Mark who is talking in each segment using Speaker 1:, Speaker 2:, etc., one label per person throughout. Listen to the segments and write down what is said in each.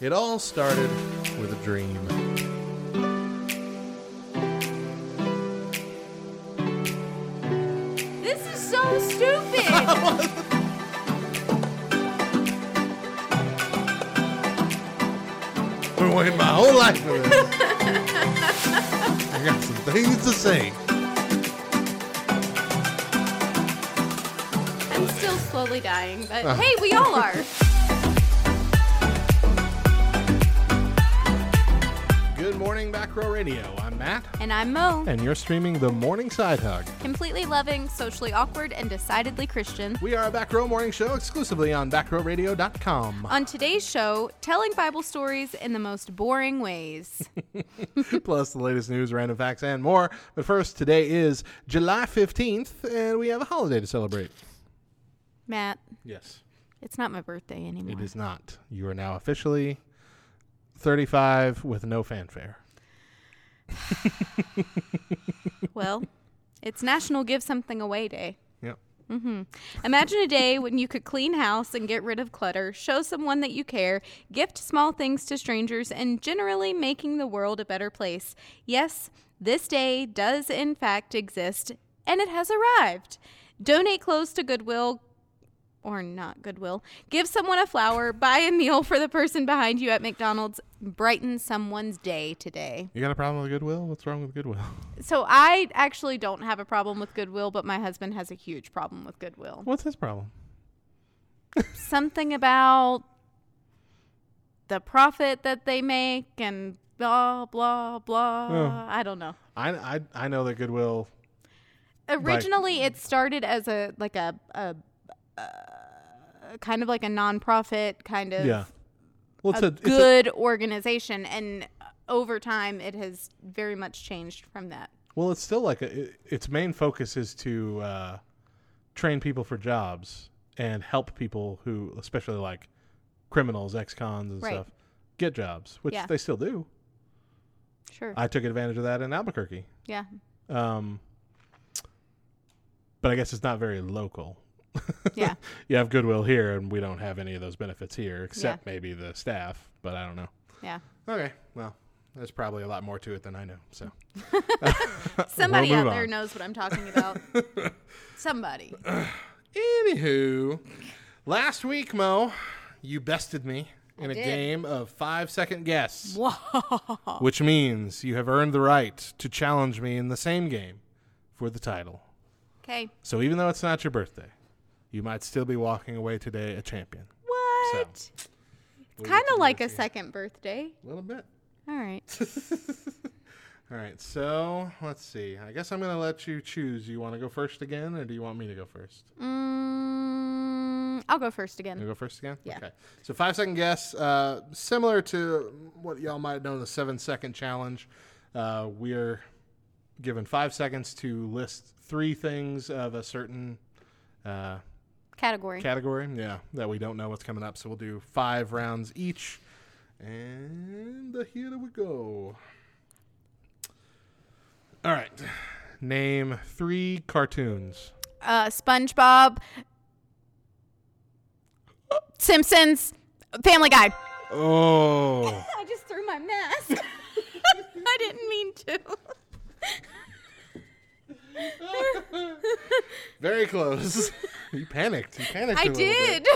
Speaker 1: It all started with a dream.
Speaker 2: This is so stupid.
Speaker 1: Been waiting my whole life for this. I got some things to say.
Speaker 2: I'm still slowly dying, but hey, we all are.
Speaker 1: Good morning, Back Row Radio. I'm Matt,
Speaker 2: And I'm Mo,
Speaker 1: and you're streaming the Morning Side Hug.
Speaker 2: completely loving, socially awkward, and decidedly Christian.
Speaker 1: We are a Back Row Morning Show exclusively on backrowradio.com.
Speaker 2: On today's show, telling Bible stories in the most boring ways.
Speaker 1: plus the latest news, random facts, and more. But first, today is July 15th, and we have a holiday to celebrate.
Speaker 2: Matt,
Speaker 1: Yes.
Speaker 2: it's not my birthday anymore.
Speaker 1: It is not. You are now officially 35 with no fanfare.
Speaker 2: Well, it's National Give Something Away Day.
Speaker 1: Yep.
Speaker 2: Imagine a day when you could clean house and get rid of clutter, show someone that you care, gift small things to strangers, and generally making the world a better place. Yes, this day does in fact exist, and it has arrived. Donate clothes to Goodwill. Or not Goodwill. Give someone a flower. Buy a meal for the person behind you at McDonald's. Brighten someone's day today.
Speaker 1: You got a problem with Goodwill? What's wrong with Goodwill?
Speaker 2: So, I actually don't have a problem with Goodwill, but my husband has a huge problem with Goodwill.
Speaker 1: What's his problem?
Speaker 2: something about the profit that they make and blah blah blah.
Speaker 1: Oh.
Speaker 2: I don't know.
Speaker 1: I, I, I know that Goodwill.
Speaker 2: Originally, it started as a like a, a, a kind of like a nonprofit kind of
Speaker 1: Yeah. Well, it's
Speaker 2: a
Speaker 1: a, it's a-
Speaker 2: good organization, and over time, it has very much changed from that.
Speaker 1: well, it's still like a, it- its main focus is to uh, train people for jobs and help people who, especially like criminals, ex-cons, and
Speaker 2: Right.
Speaker 1: stuff, get jobs, which
Speaker 2: Yeah.
Speaker 1: they still do.
Speaker 2: Sure.
Speaker 1: I took advantage of that in Albuquerque.
Speaker 2: yeah.
Speaker 1: Um, but I guess it's not very local.
Speaker 2: Yeah.
Speaker 1: You have Goodwill here, and we don't have any of those benefits here, except maybe the staff. But I don't know.
Speaker 2: Yeah.
Speaker 1: Okay, well, there's probably a lot more to it than I know. So
Speaker 2: Somebody
Speaker 1: move
Speaker 2: out there
Speaker 1: on.
Speaker 2: knows what I'm talking about. Somebody.
Speaker 1: Anywho, last week, Mo, you bested me in a
Speaker 2: did.
Speaker 1: game of five second guess,
Speaker 2: Whoa.
Speaker 1: which means you have earned the right to challenge me in the same game for the title.
Speaker 2: Okay.
Speaker 1: So even though it's not your birthday, you might still be walking away today a champion.
Speaker 2: What? It's kind of like a second birthday.
Speaker 1: A little bit.
Speaker 2: All right.
Speaker 1: All right, so let's see. I guess I'm going to let you choose. You want to go first again, or do you want me to go first?
Speaker 2: Mm, I'll go first
Speaker 1: You
Speaker 2: again.
Speaker 1: go first again?
Speaker 2: Yeah.
Speaker 1: Okay. So five second guess, uh, similar to what y'all might know the seven second challenge. Uh, we're given five seconds to list three things of a certain uh,
Speaker 2: Category.
Speaker 1: category. Yeah, that we don't know what's coming up. So we'll do five rounds each. And here we go. All right. Name three cartoons.
Speaker 2: uh, SpongeBob, Simpsons, Family Guy.
Speaker 1: Oh.
Speaker 2: I just threw my mask. I didn't mean to.
Speaker 1: Very close. you panicked. You panicked.
Speaker 2: I
Speaker 1: a little
Speaker 2: did.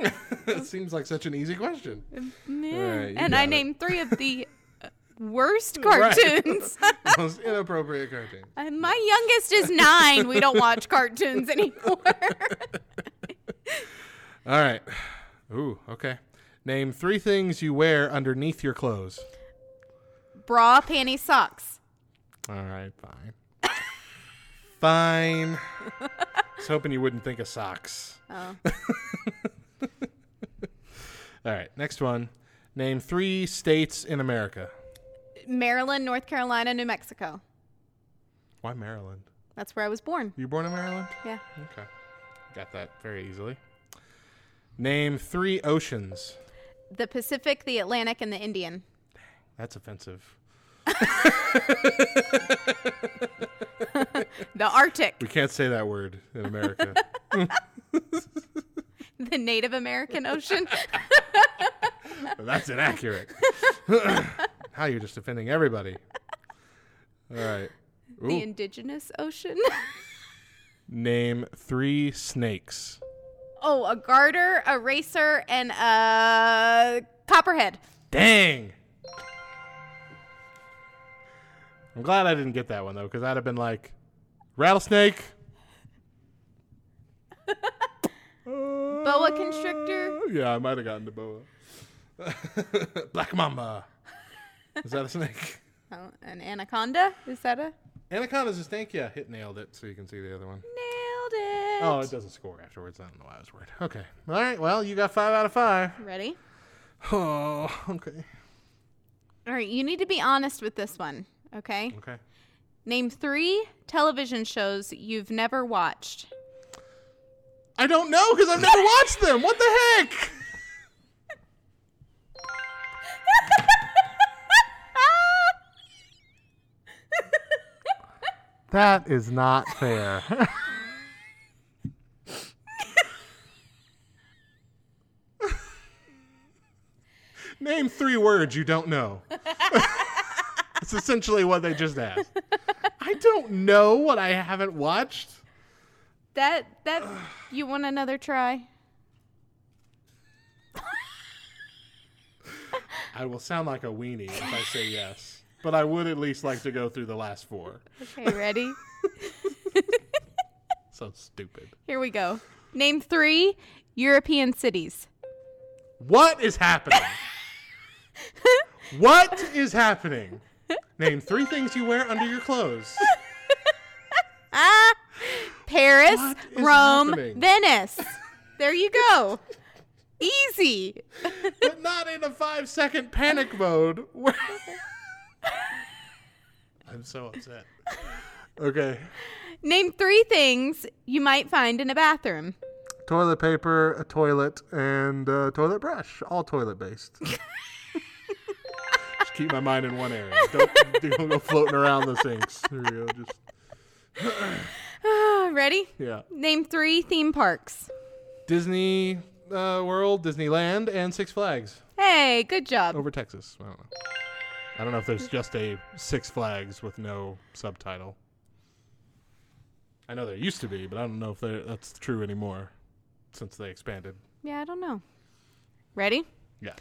Speaker 1: Bit. it seems like such an easy question.
Speaker 2: Man.
Speaker 1: All right, you
Speaker 2: and I
Speaker 1: got it.
Speaker 2: named three of the uh, worst
Speaker 1: Right.
Speaker 2: cartoons.
Speaker 1: Most inappropriate cartoon.
Speaker 2: Uh, My youngest is nine. We don't watch cartoons anymore.
Speaker 1: All right. Ooh. Okay. Name three things you wear underneath your clothes.
Speaker 2: Bra, panty, socks.
Speaker 1: All right. Fine. fine. I was hoping you wouldn't think of socks.
Speaker 2: Oh.
Speaker 1: All right. Next one. Name three states in America.
Speaker 2: Maryland, North Carolina, New Mexico.
Speaker 1: Why Maryland?
Speaker 2: That's where I was born.
Speaker 1: You born in Maryland?
Speaker 2: Yeah.
Speaker 1: Okay. Got that very easily. Name three oceans.
Speaker 2: The Pacific, the Atlantic, and the Indian.
Speaker 1: That's offensive.
Speaker 2: The Arctic.
Speaker 1: We can't say that word in America.
Speaker 2: the Native American Ocean.
Speaker 1: That's inaccurate. now you're just offending everybody. All right.
Speaker 2: the
Speaker 1: Ooh.
Speaker 2: indigenous ocean.
Speaker 1: Name three snakes.
Speaker 2: oh, a garter, a racer, and a copperhead.
Speaker 1: Dang. I'm glad I didn't get that one though, because I'd have been like, rattlesnake.
Speaker 2: Boa constrictor.
Speaker 1: Uh, yeah, I might have gotten the boa. Black mamba. Is that a snake?
Speaker 2: Oh, an anaconda. Is that a?
Speaker 1: Anaconda's a snake. Yeah, hit nailed it, so you can see the other one.
Speaker 2: Nailed it.
Speaker 1: Oh, it doesn't score afterwards. I don't know why I was worried. Okay. All right. Well, you got five out of five.
Speaker 2: Ready?
Speaker 1: Oh, okay.
Speaker 2: All right, you need to be honest with this one, okay?
Speaker 1: Okay.
Speaker 2: Name three television shows you've never watched.
Speaker 1: I don't know because I've never watched them. What the heck? That is not fair. Name three words you don't know. That's essentially what they just asked. I don't know what I haven't watched.
Speaker 2: That that you want another try?
Speaker 1: I will sound like a weenie if I say yes, but I would at least like to go through the last four.
Speaker 2: Okay, ready?
Speaker 1: So stupid.
Speaker 2: Here we go. Name three European cities.
Speaker 1: What is happening? what is happening? Name three things you wear under your clothes.
Speaker 2: Ah, Paris,
Speaker 1: What is
Speaker 2: Rome,
Speaker 1: happening?
Speaker 2: Venice. There you go. Easy.
Speaker 1: But not in a five second panic mode. where- I'm so upset. Okay.
Speaker 2: Name three things you might find in a bathroom.
Speaker 1: Toilet paper, a toilet, and a toilet brush. All toilet based. just keep my mind in one area. Don't, don't go floating around the sinks. There you go. Just,
Speaker 2: Ah, ready?
Speaker 1: yeah.
Speaker 2: Name three theme parks.
Speaker 1: Disney uh, World, Disneyland, and Six Flags
Speaker 2: Hey, good job.
Speaker 1: over Texas. I don't know. I don't know if there's just a Six Flags with no subtitle. I know there used to be, but I don't know if there- that's true anymore since they expanded.
Speaker 2: Yeah, I don't know. Ready?
Speaker 1: Yeah.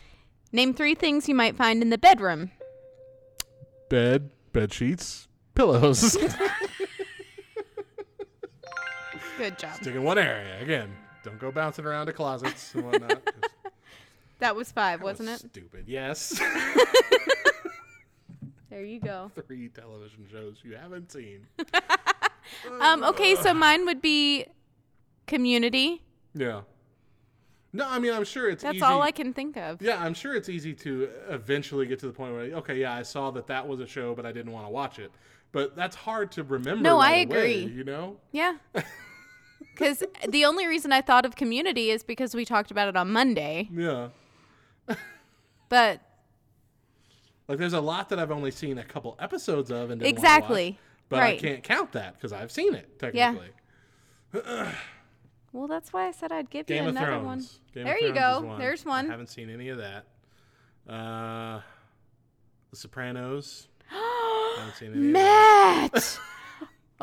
Speaker 2: Name three things you might find in the bedroom.
Speaker 1: Bed, bed sheets, pillows.
Speaker 2: Good job.
Speaker 1: Stick in one area again. Don't go bouncing around to closets and whatnot. Just-
Speaker 2: That was five, wasn't it?
Speaker 1: Stupid. Yes.
Speaker 2: There you go.
Speaker 1: Three television shows you haven't seen.
Speaker 2: Um, okay, so mine would be community.
Speaker 1: Yeah. No, I mean I'm sure it's
Speaker 2: That's
Speaker 1: easy.
Speaker 2: all I can think of.
Speaker 1: Yeah, I'm sure it's easy to eventually get to the point where okay, yeah, I saw that that was a show, but I didn't want to watch it. But that's hard to remember.
Speaker 2: No,
Speaker 1: right
Speaker 2: I
Speaker 1: away,
Speaker 2: agree.
Speaker 1: you know,
Speaker 2: Yeah. Because the only reason I thought of community is because we talked about it on Monday.
Speaker 1: yeah.
Speaker 2: But
Speaker 1: Like there's a lot that I've only seen a couple episodes of, and didn't wanna
Speaker 2: Exactly.
Speaker 1: watch, but I
Speaker 2: Right.
Speaker 1: can't count that because I've seen it technically.
Speaker 2: well, that's why I said I'd give
Speaker 1: Game
Speaker 2: you
Speaker 1: of
Speaker 2: another
Speaker 1: Thrones.
Speaker 2: one.
Speaker 1: Game of
Speaker 2: there you
Speaker 1: Thrones is
Speaker 2: go.
Speaker 1: one.
Speaker 2: There's
Speaker 1: I
Speaker 2: one.
Speaker 1: haven't seen any of that. Uh, The Sopranos. haven't seen any. of that.
Speaker 2: Matt.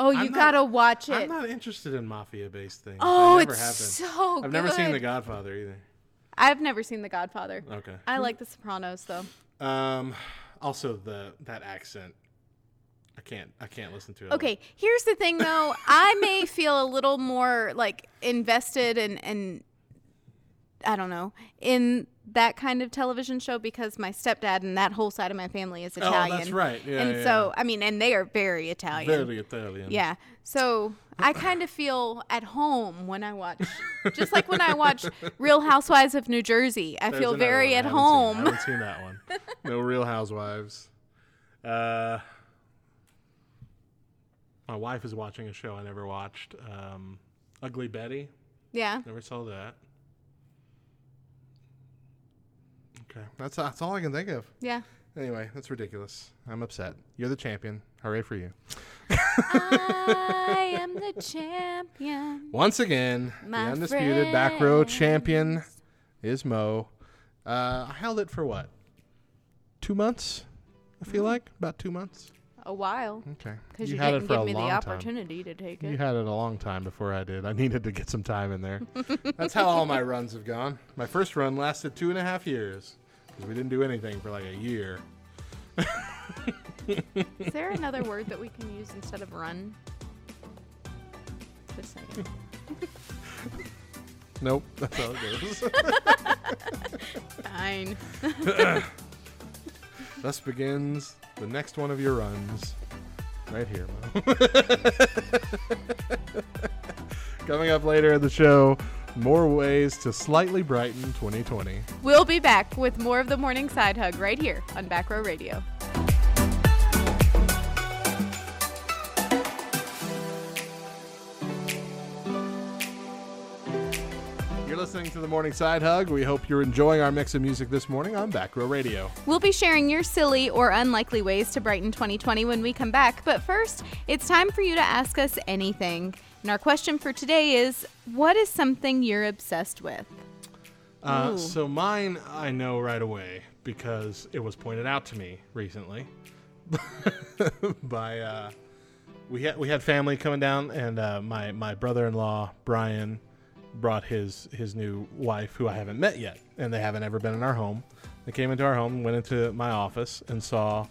Speaker 2: Oh, you
Speaker 1: not-
Speaker 2: gotta watch
Speaker 1: I'm
Speaker 2: it.
Speaker 1: not interested in mafia-based things.
Speaker 2: Oh,
Speaker 1: I never
Speaker 2: it's
Speaker 1: have been.
Speaker 2: so
Speaker 1: I've never seen
Speaker 2: good.
Speaker 1: The Godfather either.
Speaker 2: I've never seen The Godfather.
Speaker 1: Okay.
Speaker 2: I like The Sopranos though.
Speaker 1: Um, also the that accent, I can't I can't listen to it.
Speaker 2: Okay, here's the thing though. I may feel a little more like invested and and I don't know in that kind of television show because my stepdad and that whole side of my family is
Speaker 1: Oh, that's
Speaker 2: Italian.
Speaker 1: right. Yeah,
Speaker 2: and
Speaker 1: yeah,
Speaker 2: so I mean, and they are very Italian.
Speaker 1: Very Italian.
Speaker 2: Yeah. So I kind of feel at home when I watch, just like when I watch Real Housewives of New Jersey. I
Speaker 1: There's
Speaker 2: feel
Speaker 1: another
Speaker 2: very
Speaker 1: one I
Speaker 2: at
Speaker 1: haven't Seen. I
Speaker 2: home.
Speaker 1: haven't seen that one. No Real Housewives. Uh, my wife is watching a show I never watched. Um, Ugly Betty.
Speaker 2: Yeah.
Speaker 1: Never saw that. Okay, that's that's all I can think of.
Speaker 2: Yeah.
Speaker 1: Anyway, that's ridiculous. I'm upset. You're the champion. Hooray for you.
Speaker 2: I am the champion.
Speaker 1: Once again,
Speaker 2: My
Speaker 1: the undisputed back row
Speaker 2: friends.
Speaker 1: champion is Mo. Uh, I held it for what? Two months? I feel like about two months.
Speaker 2: A while.
Speaker 1: Okay,
Speaker 2: Mm-hmm. Because you, didn't give me the opportunity to take
Speaker 1: You
Speaker 2: it.
Speaker 1: had it a long time before I did. I needed to get some time in there. That's how all my runs have gone. My first run lasted two and a half years 'cause we didn't do anything for like a year.
Speaker 2: Is there another word that we can use instead of run? Just saying.
Speaker 1: Nope, that's how it goes.
Speaker 2: Fine.
Speaker 1: Thus begins the next one of your runs. Right here, Mo. Coming up later in the show, more ways to slightly brighten 2020.
Speaker 2: We'll be back with more of the morning side hug right here on Back Row Radio.
Speaker 1: You're listening to the Morning Side Hug. We hope you're enjoying our mix of music this morning on Back Row Radio.
Speaker 2: We'll be sharing your silly or unlikely ways to brighten 2020 when we come back, but first, it's time for you to ask us anything. And our question for today is what is something you're obsessed with?
Speaker 1: Uh,
Speaker 2: Ooh.
Speaker 1: so mine, I know right away because it was pointed out to me recently by uh, we had we had family coming down, and uh, my my brother in law Brian brought his his new wife, who I haven't met yet, and they haven't ever been in our home. They came into our home, went into my office, and saw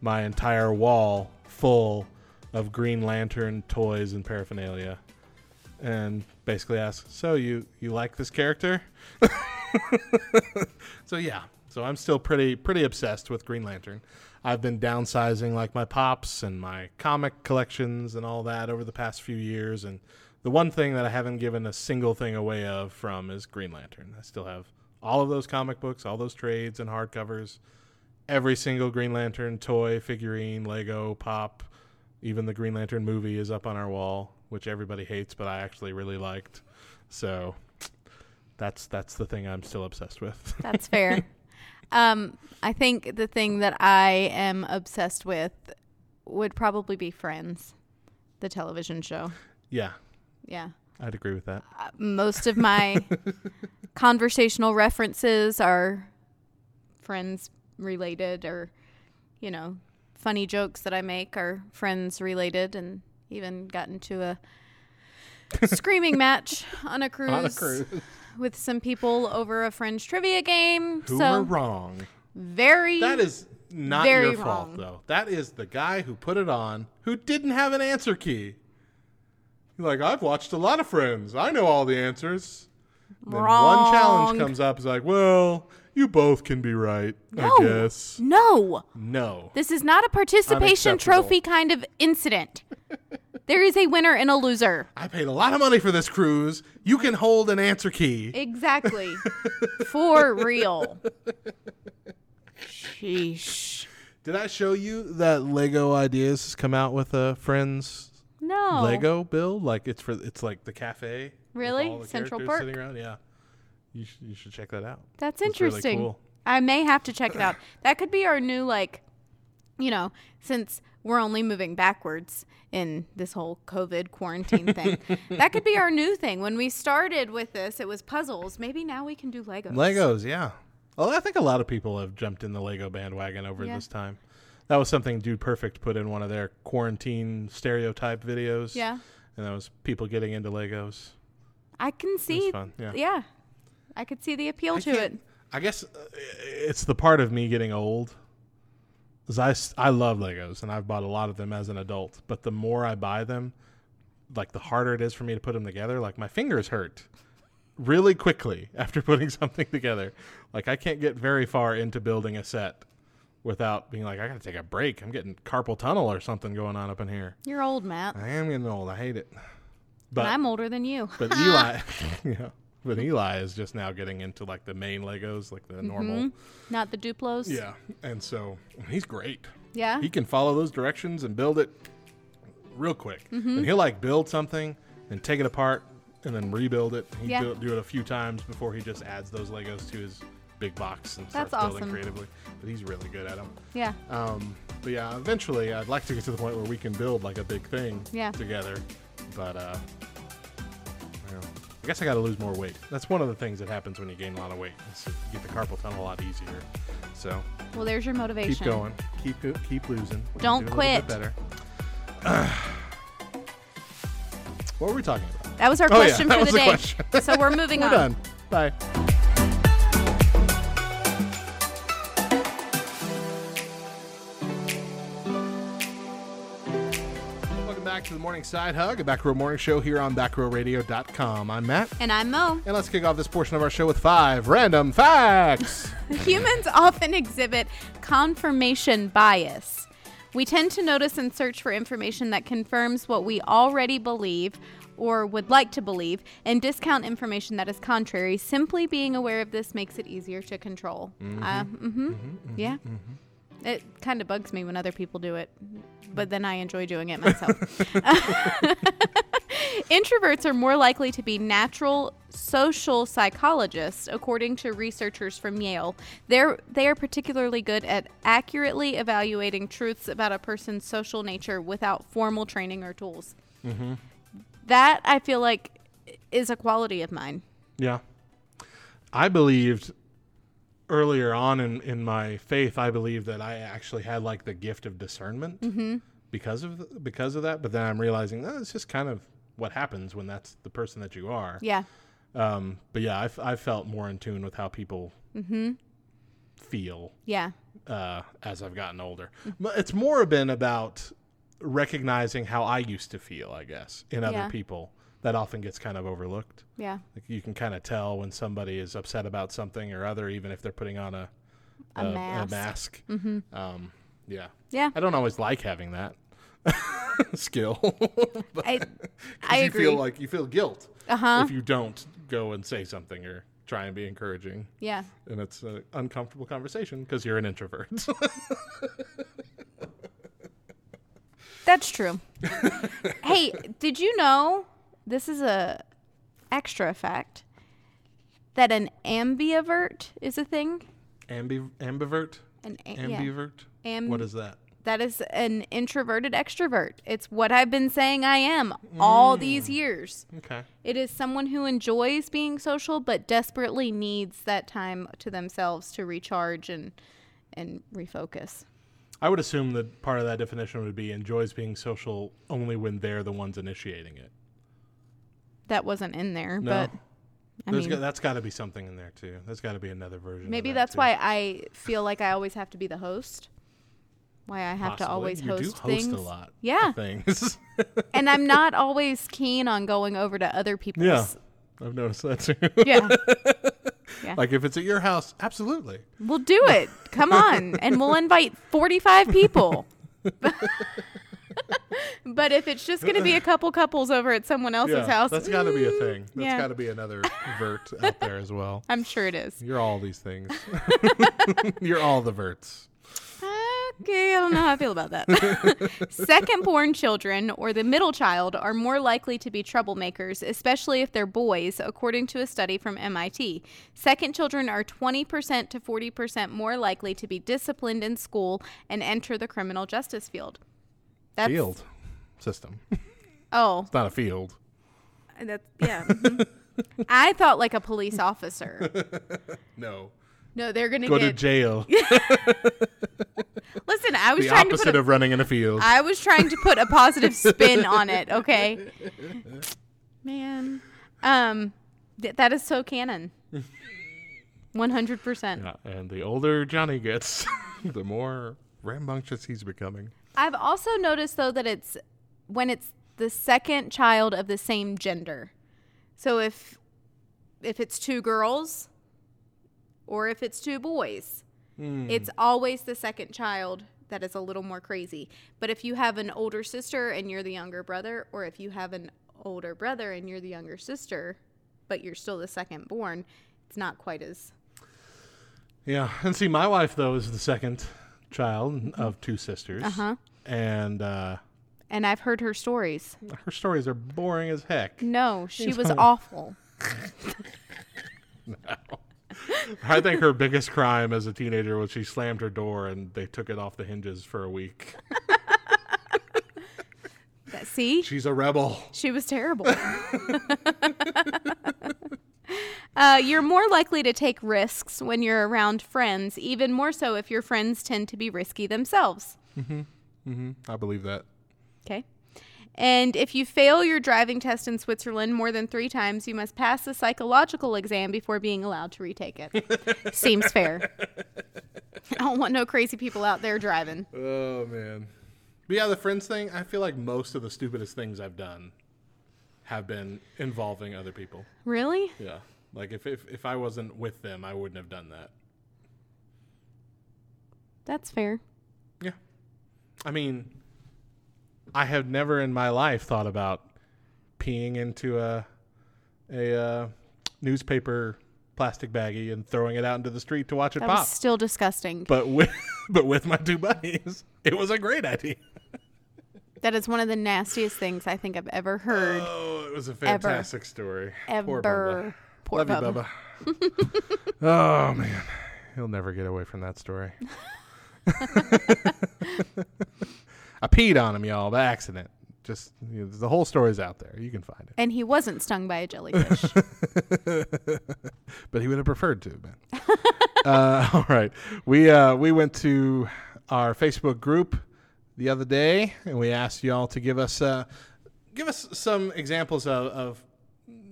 Speaker 1: my entire wall full of Green Lantern toys and paraphernalia, and basically asked, "So you you like this character?" So yeah, so I'm still pretty pretty obsessed with Green Lantern. I've been downsizing like my pops and my comic collections and all that over the past few years and the one thing that I haven't given a single thing away of from is Green Lantern. I still have all of those comic books, all those trades and hardcovers, every single Green Lantern toy, figurine, Lego, pop, even the Green Lantern movie is up on our wall, which everybody hates but I actually really liked. So that's that's the thing I'm still obsessed with.
Speaker 2: That's fair. um, I think the thing that I am obsessed with would probably be Friends, the television show.
Speaker 1: yeah.
Speaker 2: Yeah.
Speaker 1: I'd agree with that.
Speaker 2: Uh, most of my conversational references are friends related or, you know, funny jokes that I make are friends related and even got into a screaming match on a cruise, with some people over a friends trivia game.
Speaker 1: Who
Speaker 2: so
Speaker 1: were wrong?
Speaker 2: very
Speaker 1: That is not
Speaker 2: Very
Speaker 1: your fault,
Speaker 2: wrong.
Speaker 1: though. That is the guy who put it on who didn't have an answer key. You're like, I've watched a lot of Friends. I know all the answers. Then one
Speaker 2: Wrong.
Speaker 1: challenge comes up. It's like, well, you both can be right,
Speaker 2: no,
Speaker 1: I guess.
Speaker 2: no.
Speaker 1: No.
Speaker 2: This is not a participation
Speaker 1: Unacceptable.
Speaker 2: trophy kind of incident. there is a winner and a loser.
Speaker 1: I paid a lot of money for this cruise. You can hold an answer key.
Speaker 2: Exactly. For real. Sheesh.
Speaker 1: Did I show you that Lego Ideas has come out with a Friends
Speaker 2: No.
Speaker 1: Lego build. Like it's for it's like the cafe. with
Speaker 2: Really?
Speaker 1: all the
Speaker 2: Central
Speaker 1: characters
Speaker 2: Park?
Speaker 1: Sitting around. Yeah, you should you should check that out.
Speaker 2: That's
Speaker 1: It's really
Speaker 2: interesting.
Speaker 1: cool.
Speaker 2: I may have to check it out. That could be our new, like, you know, since we're only moving backwards in this whole COVID quarantine thing. that could be our new thing. When we started with this, it was puzzles. Maybe now we can do Legos.
Speaker 1: Legos, yeah. Well, I think a lot of people have jumped in the Lego bandwagon over
Speaker 2: Yeah.
Speaker 1: this time. That was something Dude Perfect put in one of their quarantine stereotype videos.
Speaker 2: Yeah.
Speaker 1: and that was people getting into Legos.
Speaker 2: I can see.
Speaker 1: fun, yeah.
Speaker 2: I could see the appeal to
Speaker 1: can't-
Speaker 2: it.
Speaker 1: I guess uh, it's the part of me getting old. Is I, s- I love Legos and I've bought a lot of them as an adult, but the more I buy them, like the harder it is for me to put them together. Like my fingers hurt really quickly after putting something together. Like I can't get very far into building a set without being like, I gotta take a break. I'm getting carpal tunnel or something going on up in here.
Speaker 2: You're old, Matt.
Speaker 1: I am getting old. I hate it. Uh, But
Speaker 2: I'm older than you.
Speaker 1: but Eli,
Speaker 2: Ah.
Speaker 1: yeah, but Eli is just now getting into like the main Legos, like
Speaker 2: Mm-hmm.
Speaker 1: the normal.
Speaker 2: Not the Duplos.
Speaker 1: Yeah, and so he's great.
Speaker 2: Yeah.
Speaker 1: He can follow those directions and build it real quick.
Speaker 2: Mm-hmm.
Speaker 1: And he'll like build something and take it apart and then rebuild it. He
Speaker 2: Yeah.
Speaker 1: do, do it a few times before he just adds those Legos to his big box and starts
Speaker 2: That's
Speaker 1: building
Speaker 2: awesome.
Speaker 1: creatively. But he's really good at them.
Speaker 2: Yeah.
Speaker 1: Um, But yeah, eventually I'd like to get to the point where we can build like a big thing
Speaker 2: Yeah.
Speaker 1: together. But uh, I, don't know. I guess I got to lose more weight. That's one of the things that happens when you gain a lot of weight. Is you get the carpal tunnel a lot easier. So
Speaker 2: Well, there's your motivation.
Speaker 1: keep going, keep go- keep losing. We're
Speaker 2: Don't
Speaker 1: doing a little
Speaker 2: quit.
Speaker 1: bit better. what were we talking about?
Speaker 2: That was our
Speaker 1: Oh, yeah,
Speaker 2: question
Speaker 1: that
Speaker 2: for
Speaker 1: was
Speaker 2: the
Speaker 1: the
Speaker 2: day.
Speaker 1: question.
Speaker 2: so we're moving
Speaker 1: We're
Speaker 2: on.
Speaker 1: done. Bye. Welcome back to the Morning Side Hug, a Back Row Morning Show here on BackRowRadio.com. I'm Matt,
Speaker 2: And I'm Mo.
Speaker 1: and let's kick off this portion of our show with five random facts.
Speaker 2: Humans often exhibit confirmation bias. We tend to notice and search for information that confirms what we already believe or would like to believe and discount information that is contrary. Simply being aware of this makes it easier to control. Uh, hmm yeah. It kind of bugs me when other people do it, but then I enjoy doing it myself. Introverts are more likely to be natural social psychologists, according to researchers from Yale. They're, they are particularly good at accurately evaluating truths about a person's social nature without formal training or tools.
Speaker 1: Mm-hmm.
Speaker 2: That, I feel like, is a quality of mine.
Speaker 1: Yeah. I believed earlier on in, in my faith, I believed that I actually had like the gift of discernment because of th- because of that. But then I'm realizing oh, it's just kind of what happens when that's the person that you are.
Speaker 2: Yeah.
Speaker 1: Um, but yeah, I, f- I felt more in tune with how people feel
Speaker 2: Yeah.
Speaker 1: uh, as I've gotten older. But It's more been about recognizing how I used to feel, I guess, in other
Speaker 2: Yeah.
Speaker 1: people. That often gets kind of overlooked.
Speaker 2: Yeah.
Speaker 1: Like you can kind of tell when somebody is upset about something or other, even if they're putting on a
Speaker 2: A mask.
Speaker 1: Mm-hmm. Um, yeah,
Speaker 2: Yeah.
Speaker 1: I don't always like having that skill. But
Speaker 2: I,
Speaker 1: 'cause
Speaker 2: I
Speaker 1: you
Speaker 2: agree.
Speaker 1: feel like you feel guilt
Speaker 2: uh huh.
Speaker 1: if you don't go and say something or try and be encouraging,
Speaker 2: Yeah.
Speaker 1: and it's an uncomfortable conversation because you're an introvert.
Speaker 2: That's true. hey, did you know this is a extra fact that an ambivert is a thing?
Speaker 1: Ambi- ambivert,
Speaker 2: An a- yeah.
Speaker 1: ambivert.
Speaker 2: Am-
Speaker 1: what is that?
Speaker 2: That is an introverted extrovert. It's what I've been saying I am
Speaker 1: Mm.
Speaker 2: all these years.
Speaker 1: Okay.
Speaker 2: It is someone who enjoys being social but desperately needs that time to themselves to recharge and and refocus.
Speaker 1: I would assume that part of that definition would be enjoys being social only when they're the ones initiating it.
Speaker 2: That wasn't in there,
Speaker 1: No,
Speaker 2: but I
Speaker 1: There's
Speaker 2: mean,
Speaker 1: got, that's got to be something in there too. There's got to be another version. of
Speaker 2: Maybe
Speaker 1: that,
Speaker 2: that's
Speaker 1: too.
Speaker 2: why I feel like I always have to be the host. Why I have
Speaker 1: Possibly.
Speaker 2: to always
Speaker 1: you
Speaker 2: host
Speaker 1: do host
Speaker 2: things.
Speaker 1: a lot. of
Speaker 2: Yeah.
Speaker 1: things.
Speaker 2: and I'm not always keen on going over to other people's.
Speaker 1: yeah, I've noticed that too.
Speaker 2: Yeah.
Speaker 1: like if it's at your house, absolutely.
Speaker 2: We'll do it. Come on. And we'll invite 45 people. but if it's just going to be a couple couples over at someone else's
Speaker 1: Yeah,
Speaker 2: house,
Speaker 1: that's got to be a thing. That's
Speaker 2: yeah.
Speaker 1: got to be another vert out there as well.
Speaker 2: I'm sure it is.
Speaker 1: You're all these things. You're all the verts.
Speaker 2: Okay, I don't know how I feel about that. Second born children or the middle child are more likely to be troublemakers, especially if they're boys, according to a study from MIT. Second children are 20% to 40% more likely to be disciplined in school and enter the criminal justice field. That's,
Speaker 1: Field system.
Speaker 2: Oh,
Speaker 1: It's not a field.
Speaker 2: that's, yeah. mhm. I thought like a police officer.
Speaker 1: No.
Speaker 2: No, they're going to
Speaker 1: Go to
Speaker 2: get.
Speaker 1: jail.
Speaker 2: listen, I was
Speaker 1: the
Speaker 2: trying to put
Speaker 1: opposite
Speaker 2: a
Speaker 1: of running in a field.
Speaker 2: I was trying to put a positive spin on it, okay? Man. Um th- that is so canon. 100%.
Speaker 1: Yeah, and the older Johnny gets, the more rambunctious he's becoming.
Speaker 2: I've also noticed though that it's when it's the second child of the same gender. So if if it's two girls or if it's two boys, it's always the second child that is a little more crazy. But if you have an older sister and you're the younger brother or if you have an older brother and you're the younger sister, but you're still the second born, it's not quite as
Speaker 1: Yeah, and see, my wife though is the second child of two sisters,
Speaker 2: Uh-huh.
Speaker 1: and uh,
Speaker 2: and I've heard her stories.
Speaker 1: her stories are boring as heck.
Speaker 2: No, she was awful.
Speaker 1: I think her biggest crime as a teenager was she slammed her door and they took it off the hinges for a week.
Speaker 2: That- See,
Speaker 1: She's a rebel.
Speaker 2: She was terrible. uh, you're more likely to take risks when you're around friends, even more so if your friends tend to be risky themselves.
Speaker 1: I believe that.
Speaker 2: Okay. And if you fail your driving test in Switzerland more than three times, you must pass a psychological exam before being allowed to retake it. Seems fair. I don't want no crazy people out there driving.
Speaker 1: Oh man. But yeah, the friends thing, I feel like most of the stupidest things I've done have been involving other people.
Speaker 2: Really?
Speaker 1: Yeah. Like if if, if I wasn't with them, I wouldn't have done that.
Speaker 2: That's fair.
Speaker 1: Yeah. I mean, I have never in my life thought about peeing into a a uh, newspaper plastic baggie and throwing it out into the street to watch it
Speaker 2: That
Speaker 1: pop.
Speaker 2: was still disgusting.
Speaker 1: But with but with my two buddies, it was a great idea.
Speaker 2: That is one of the nastiest things I think I've ever heard.
Speaker 1: Oh, it was a fantastic story. Poor Bubba.
Speaker 2: ever. Poor
Speaker 1: Love
Speaker 2: Bubba.
Speaker 1: you, Bubba. oh man, he'll never get away from that story. I peed on him, y'all, by accident. Just you know, the whole story's out there. You can find it.
Speaker 2: And he wasn't stung by a jellyfish.
Speaker 1: but he would have preferred to, man. uh, all right, we uh, we went to our Facebook group the other day, and we asked y'all to give us uh, give us some examples of, of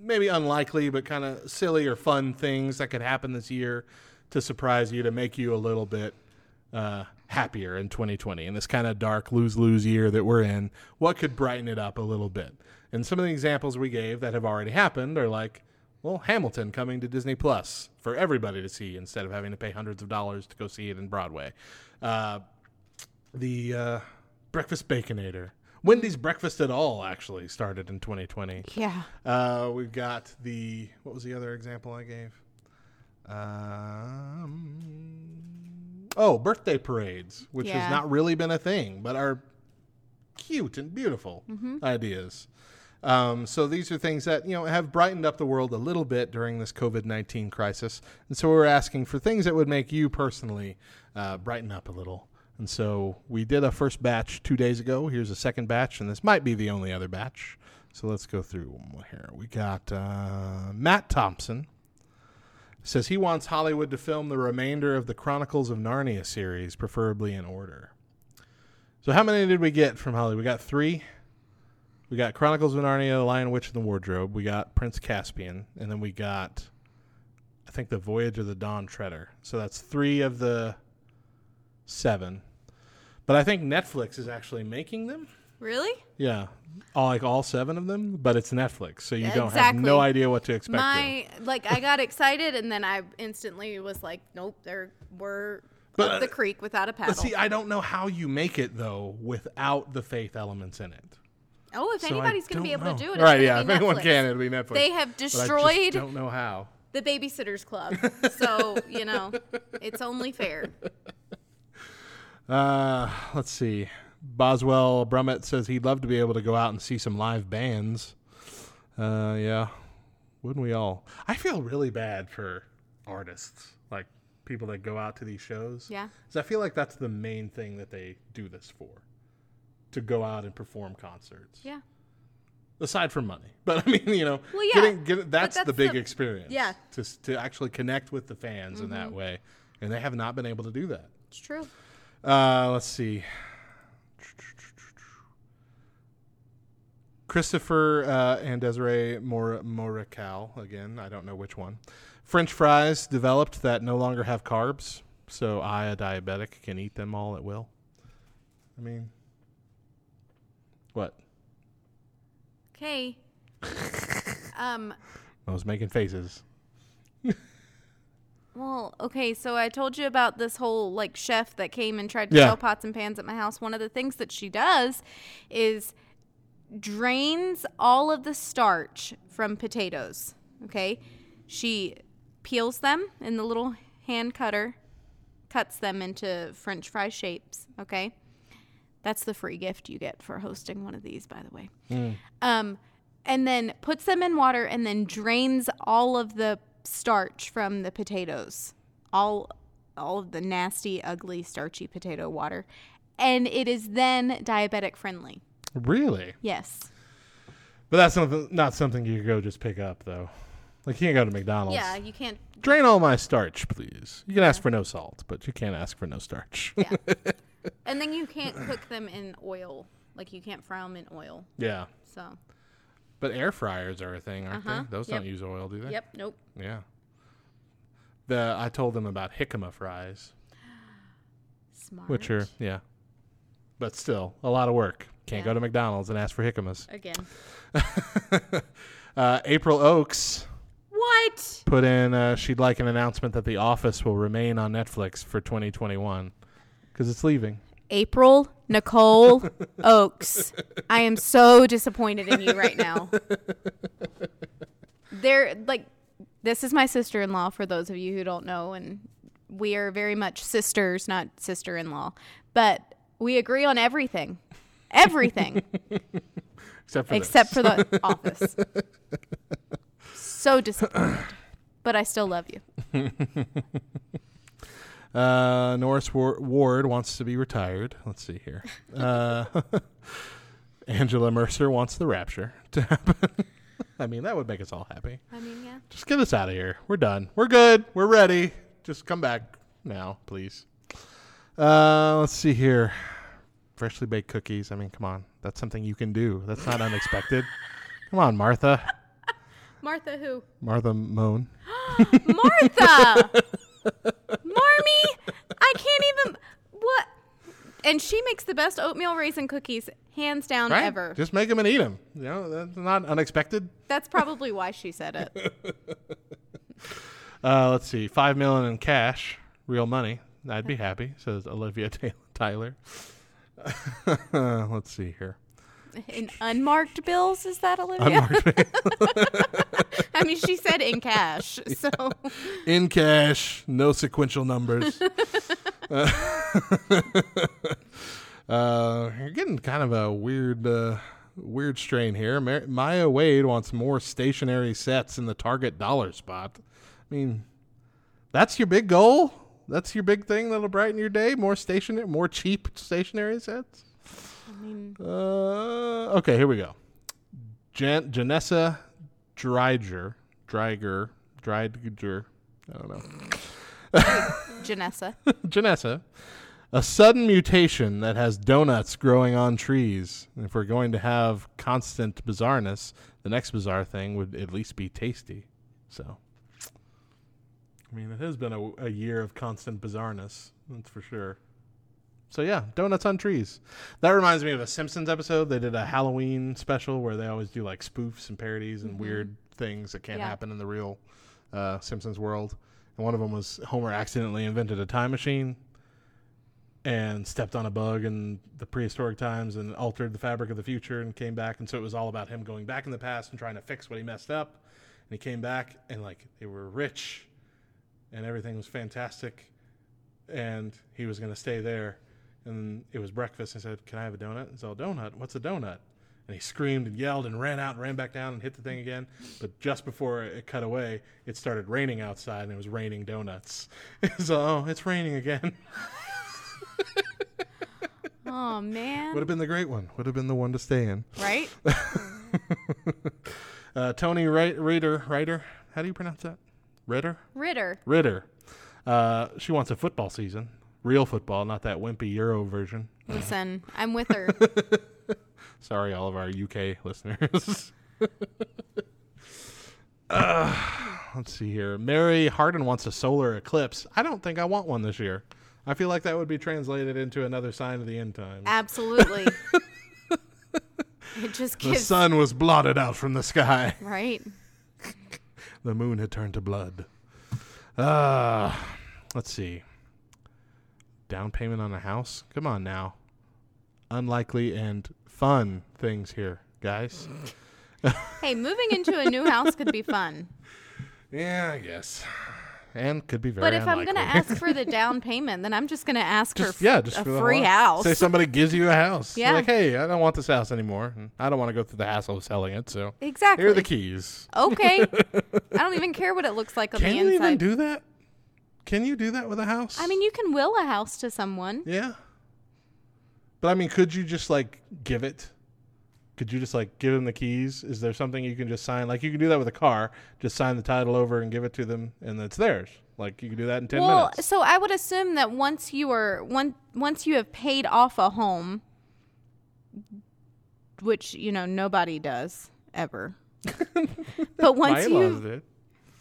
Speaker 1: maybe unlikely but kind of silly or fun things that could happen this year to surprise you to make you a little bit uh, happier in 2020 in this kind of dark lose lose year that we're in what could brighten it up a little bit and some of the examples we gave that have already happened are like well hamilton coming to disney plus for everybody to see instead of having to pay hundreds of dollars to go see it in broadway uh, the uh, breakfast baconator wendy's breakfast at all actually started in 2020
Speaker 2: yeah.
Speaker 1: uh, we've got the what was the other example I gave? Um, oh, birthday parades, which
Speaker 2: Yeah.
Speaker 1: has not really been a thing, but are cute and beautiful ideas. Um, so these are things that you know have brightened up the world a little bit during this COVID nineteen crisis, and so we're asking for things that would make you personally uh, brighten up a little. And so we did a first batch two days ago. Here's a second batch, and this might be the only other batch. So let's go through them here. We got uh, Matt Thompson says he wants Hollywood to film the remainder of the Chronicles of Narnia series, preferably in order. So how many did we get from Hollywood? We got three. We got Chronicles of Narnia, The Lion, Witch, and the Wardrobe. We got Prince Caspian, and then we got, I think, The Voyage of the Dawn Treader. So that's three of the seven. But I think Netflix is actually making them.
Speaker 2: Really?
Speaker 1: Yeah, all, like all seven of them, but it's Netflix, so you
Speaker 2: Yeah,
Speaker 1: don't have
Speaker 2: exactly.
Speaker 1: no idea what to expect. there.
Speaker 2: My like I got excited and then I instantly was like, Nope, there were
Speaker 1: But,
Speaker 2: up
Speaker 1: uh,
Speaker 2: the creek without a paddle.
Speaker 1: But see, I don't know how you make it though without the faith elements in it.
Speaker 2: oh, if
Speaker 1: So I
Speaker 2: anybody's gonna be
Speaker 1: don't
Speaker 2: able to
Speaker 1: know.
Speaker 2: do it, it's
Speaker 1: right?
Speaker 2: gonna
Speaker 1: Yeah,
Speaker 2: be
Speaker 1: if anyone
Speaker 2: Netflix.
Speaker 1: can, it'll be Netflix.
Speaker 2: They have
Speaker 1: But I just
Speaker 2: destroyed
Speaker 1: don't know how.
Speaker 2: the Babysitters Club, so you know it's only fair.
Speaker 1: Uh, let's see. Boswell Brummett says he'd love to be able to go out and see some live bands. Uh, yeah, wouldn't we all? I feel really bad for artists, like people that go out to these shows.
Speaker 2: Yeah.
Speaker 1: because I feel like that's the main thing that they do this for, to go out and perform concerts.
Speaker 2: Yeah,
Speaker 1: aside from money. But I mean, you know,
Speaker 2: Well, yeah.
Speaker 1: getting, getting, that's,
Speaker 2: that's
Speaker 1: the big
Speaker 2: the-
Speaker 1: experience.
Speaker 2: yeah. Mm-hmm.
Speaker 1: To, s- to actually connect with the fans in that way. And they have not been able to do that.
Speaker 2: it's true.
Speaker 1: Uh, let's see. Christopher uh, and Desiree Mor- Morical, again, I don't know which one. French fries developed that no longer have carbs, so I, a diabetic, can eat them all at will. I mean, what?
Speaker 2: Okay. Um.
Speaker 1: I was making faces.
Speaker 2: Well, okay, so I told you about this whole like chef that came and tried to
Speaker 1: Yeah.
Speaker 2: sell pots and pans at my house. One of the things that she does is drains all of the starch from potatoes. Okay? She peels them in the little hand cutter, cuts them into french fry shapes, okay? That's the free gift you get for hosting one of these, by the way. Um, and then puts them in water and then drains all of the starch from the potatoes, all all of the nasty, ugly, starchy potato water, and it is then diabetic friendly.
Speaker 1: Really?
Speaker 2: Yes.
Speaker 1: But that's not, not something you could go just pick up, though. Like, you can't go to McDonald's.
Speaker 2: Yeah, you can't.
Speaker 1: Drain all my starch, please. You can ask for no salt, but you can't ask for no starch. Yeah.
Speaker 2: And then you can't cook them in oil. Like you can't fry them in oil. So.
Speaker 1: But air fryers are a thing, aren't
Speaker 2: Uh-huh.
Speaker 1: they? Those
Speaker 2: Yep.
Speaker 1: don't use oil, do they?
Speaker 2: Yep. Nope.
Speaker 1: Yeah. The I told them about jicama fries,
Speaker 2: Smart.
Speaker 1: which are yeah, but still a lot of work. Can't
Speaker 2: Yeah.
Speaker 1: go to McDonald's and ask for jicamas.
Speaker 2: again.
Speaker 1: Uh, April Oaks
Speaker 2: What?
Speaker 1: put in uh, she'd like an announcement that The Office will remain on Netflix for 2021 because it's leaving.
Speaker 2: April Nicole Oaks. I am so disappointed in you right now. They're like, this is my sister in law, for those of you who don't know, and we are very much sisters, not sister in law, but we agree on everything. Everything
Speaker 1: Except for
Speaker 2: except
Speaker 1: this.
Speaker 2: for the office. So disappointed. But I still love you.
Speaker 1: Uh, Norris War- Ward wants to be retired. Let's see here. Uh, Angela Mercer wants the rapture to happen. I mean, that would make us all happy.
Speaker 2: I mean, yeah.
Speaker 1: Just get us out of here. We're done. We're good. We're ready. Just come back now, please. Uh, let's see here. Freshly baked cookies. I mean, come on. That's something you can do. That's not unexpected. Come on, Martha.
Speaker 2: Martha, who?
Speaker 1: Martha Moan.
Speaker 2: Martha! Marmy! I can't even. What? And she makes the best oatmeal raisin cookies, hands down,
Speaker 1: Right?
Speaker 2: ever.
Speaker 1: Just make them and eat them. You know, that's not unexpected.
Speaker 2: That's probably why she said it.
Speaker 1: Uh, let's see, five million in cash, real money. I'd be happy, says Olivia Tay- Tyler. let's see here.
Speaker 2: In unmarked bills, is that Olivia?
Speaker 1: Unmarked
Speaker 2: I mean, she said in cash. So,
Speaker 1: in cash, no sequential numbers. uh, you're getting kind of a weird, uh, weird strain here. Mar- Maya Wade wants more stationary sets in the Target dollar spot. I mean, that's your big goal. That's your big thing that'll brighten your day. More stationary, more cheap stationary sets.
Speaker 2: I mean,
Speaker 1: Uh, okay, here we go. Jan- Janessa Dreiger, Dreiger, Dreiger, I don't know.
Speaker 2: Janessa.
Speaker 1: Janessa, a sudden mutation that has donuts growing on trees. And if we're going to have constant bizarreness, the next bizarre thing would at least be tasty. So, I mean, it has been a, a year of constant bizarreness, that's for sure. So yeah, donuts on trees. That reminds me of a Simpsons episode. They did a Halloween special where they always do like spoofs and parodies and weird things that can't
Speaker 2: Yeah.
Speaker 1: happen in the real uh, Simpsons world. And one of them was Homer accidentally invented a time machine and stepped on a bug in the prehistoric times and altered the fabric of the future and came back. And so it was all about him going back in the past and trying to fix what he messed up. And he came back and like they were rich and everything was fantastic. And he was going to stay there. And it was breakfast. And I said, Can I have a donut? And he's all, Donut? What's a donut? And he screamed and yelled and ran out and ran back down and hit the thing again. But just before it cut away, it started raining outside and it was raining donuts. so, oh, it's raining again.
Speaker 2: Oh, man.
Speaker 1: Would have been the great one. Would have been the one to stay in.
Speaker 2: right?
Speaker 1: Uh, Tony Ri- Reader, Ryder, how do you pronounce that? Ritter?
Speaker 2: Ritter.
Speaker 1: Ritter. Uh, she wants a football season. Real football, not that wimpy Euro version.
Speaker 2: Listen, I'm with her.
Speaker 1: Sorry, all of our UK listeners. uh, let's see here. Mary Hardin wants a solar eclipse. I don't think I want one this year. I feel like that would be translated into another sign of the end time.
Speaker 2: Absolutely. It just
Speaker 1: The
Speaker 2: gives.
Speaker 1: sun was blotted out from the sky.
Speaker 2: Right?
Speaker 1: The moon had turned to blood. Uh, let's see. Down payment on a house? Come on now. Unlikely and fun things here, guys.
Speaker 2: Hey, moving into a new house could be fun.
Speaker 1: Yeah, I guess. and could be very.
Speaker 2: But if I'm
Speaker 1: unlikely.
Speaker 2: going to ask for the down payment, then I'm just going to ask
Speaker 1: Just-
Speaker 2: for f-
Speaker 1: yeah, just
Speaker 2: a
Speaker 1: for the whole
Speaker 2: free
Speaker 1: lot.
Speaker 2: house.
Speaker 1: Say somebody gives you a house. You're
Speaker 2: Yeah.
Speaker 1: Like, hey, I don't want this house anymore. and I don't want to go through the hassle of selling it. So
Speaker 2: exactly.
Speaker 1: here are the keys.
Speaker 2: okay. I don't even care what it looks like on
Speaker 1: Can
Speaker 2: the
Speaker 1: you
Speaker 2: inside.
Speaker 1: even do that? Can you do that with a house?
Speaker 2: I mean, you can will a house to someone.
Speaker 1: yeah. But I mean, could you just like give it? Could you just like give them the keys? Is there something you can just sign? Like you can do that with a car. Just sign the title over and give it to them, and it's theirs. Like you can do that in ten
Speaker 2: well,
Speaker 1: minutes.
Speaker 2: so I would assume that once you are one once you have paid off a home, which you know nobody does ever. but
Speaker 1: My
Speaker 2: once you
Speaker 1: in-laws did.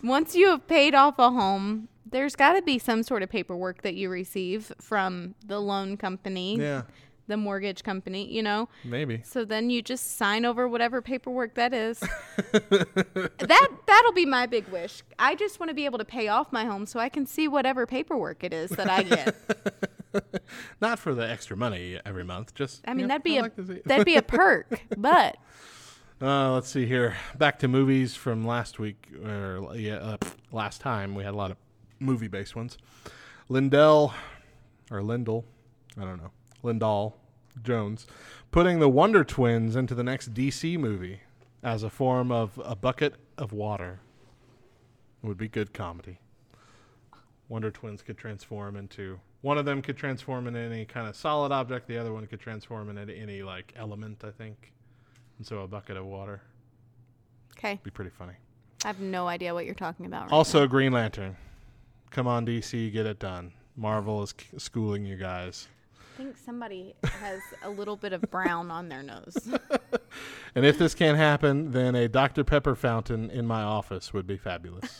Speaker 2: once you have paid off a home, there's got to be some sort of paperwork that you receive from the loan company,
Speaker 1: Yeah,
Speaker 2: the mortgage company, you know.
Speaker 1: maybe.
Speaker 2: So then you just sign over whatever paperwork that is. that that'll be my big wish. I just want to be able to pay off my home so I can see whatever paperwork it is that I get.
Speaker 1: Not for the extra money every month. Just
Speaker 2: I mean,
Speaker 1: yeah,
Speaker 2: that'd be
Speaker 1: I
Speaker 2: a
Speaker 1: like to see it.
Speaker 2: that'd be a perk. But
Speaker 1: Uh, let's see here. Back to movies from last week or yeah, uh, last time we had a lot of movie-based ones. Lindell or Lindell, I don't know. Lindall Jones putting the Wonder Twins into the next DC movie as a form of a bucket of water would be good comedy. Wonder Twins could transform into one of them could transform into any kind of solid object, the other one could transform into any like element, I think. And so a bucket of water
Speaker 2: okay,
Speaker 1: be pretty funny.
Speaker 2: I have no idea what you're talking about. Right
Speaker 1: Also, Green Lantern. Come on, DC, get it done. Marvel is k- schooling you guys.
Speaker 2: now. I think somebody has a little bit of brown on their nose.
Speaker 1: And if this can't happen, then a Dr. Pepper fountain in my office would be fabulous.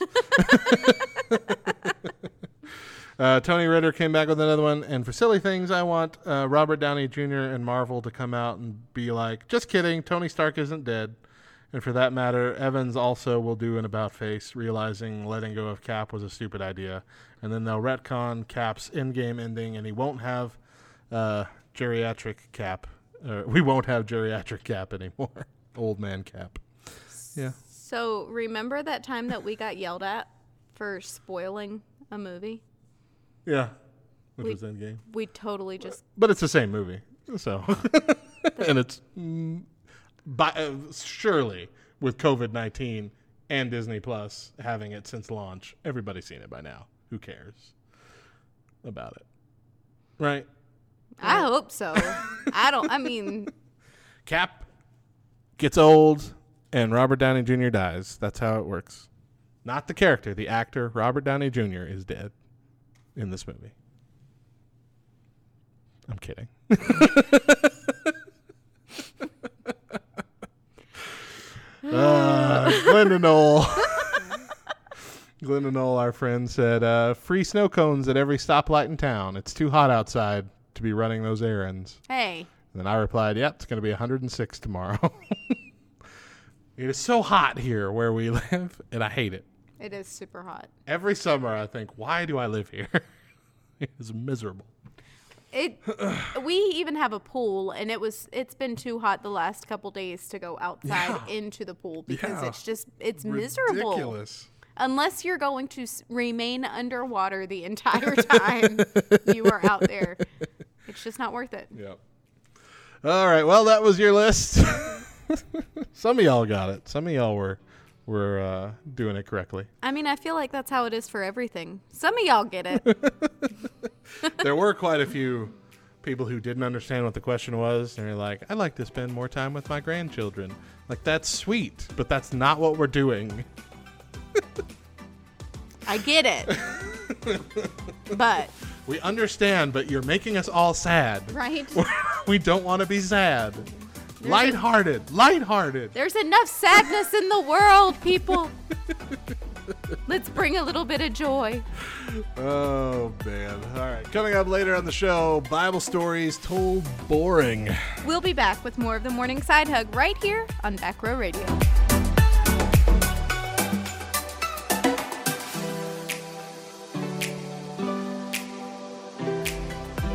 Speaker 1: uh, Tony Ritter came back with another one. And for silly things, I want uh, Robert Downey Jr. and Marvel to come out and be like, just kidding, Tony Stark isn't dead. And for that matter, Evans also will do an about face, realizing letting go of Cap was a stupid idea. And then they'll retcon Cap's in game ending, and he won't have uh, geriatric Cap. Uh, we won't have geriatric Cap anymore. Old man Cap. Yeah.
Speaker 2: So remember that time that we got yelled at for spoiling a movie?
Speaker 1: Yeah. Which
Speaker 2: We-
Speaker 1: was in game.
Speaker 2: We totally just
Speaker 1: But it's the same movie. So. and it's mm, by, uh, surely with COVID 19 and Disney Plus having it since launch, everybody's seen it by now. Who cares about it? Right?
Speaker 2: I hope so. I don't I mean
Speaker 1: Cap gets old and Robert Downey Jr. dies. That's how it works. Not the character, the actor, Robert Downey Jr. is dead in this movie. I'm kidding. uh, Glenda Knoll. Glenda Knoll, our friend, said uh, free snow cones at every stoplight in town. It's too hot outside to be running those errands.
Speaker 2: hey.
Speaker 1: And then I replied, "Yep, it's going to be 106 tomorrow." it is so hot here where we live, and I hate it.
Speaker 2: It is super hot.
Speaker 1: Every summer I think, "Why do I live here?" it is miserable.
Speaker 2: It we even have a pool and it was it's been too hot the last couple days to go outside
Speaker 1: Yeah.
Speaker 2: into the pool because
Speaker 1: Yeah.
Speaker 2: it's just it's miserable.
Speaker 1: Ridiculous.
Speaker 2: Unless you're going to s- remain underwater the entire time you are out there. It's just not worth it.
Speaker 1: Yep. All right. Well, that was your list. Some of y'all got it. Some of y'all were were uh, doing it correctly.
Speaker 2: I mean, I feel like that's how it is for everything. Some of y'all get it.
Speaker 1: there were quite a few people who didn't understand what the question was and they're like i'd like to spend more time with my grandchildren like that's sweet but that's not what we're doing
Speaker 2: I get it. but,
Speaker 1: we understand but you're making us all sad
Speaker 2: right?
Speaker 1: we don't want to be sad lighthearted lighthearted
Speaker 2: There's enough sadness in the world, people. Let's bring a little bit of joy.
Speaker 1: oh man all right coming up later on the show bible stories told boring
Speaker 2: We'll be back with more of the Morning Side Hug right here on Back Row Radio.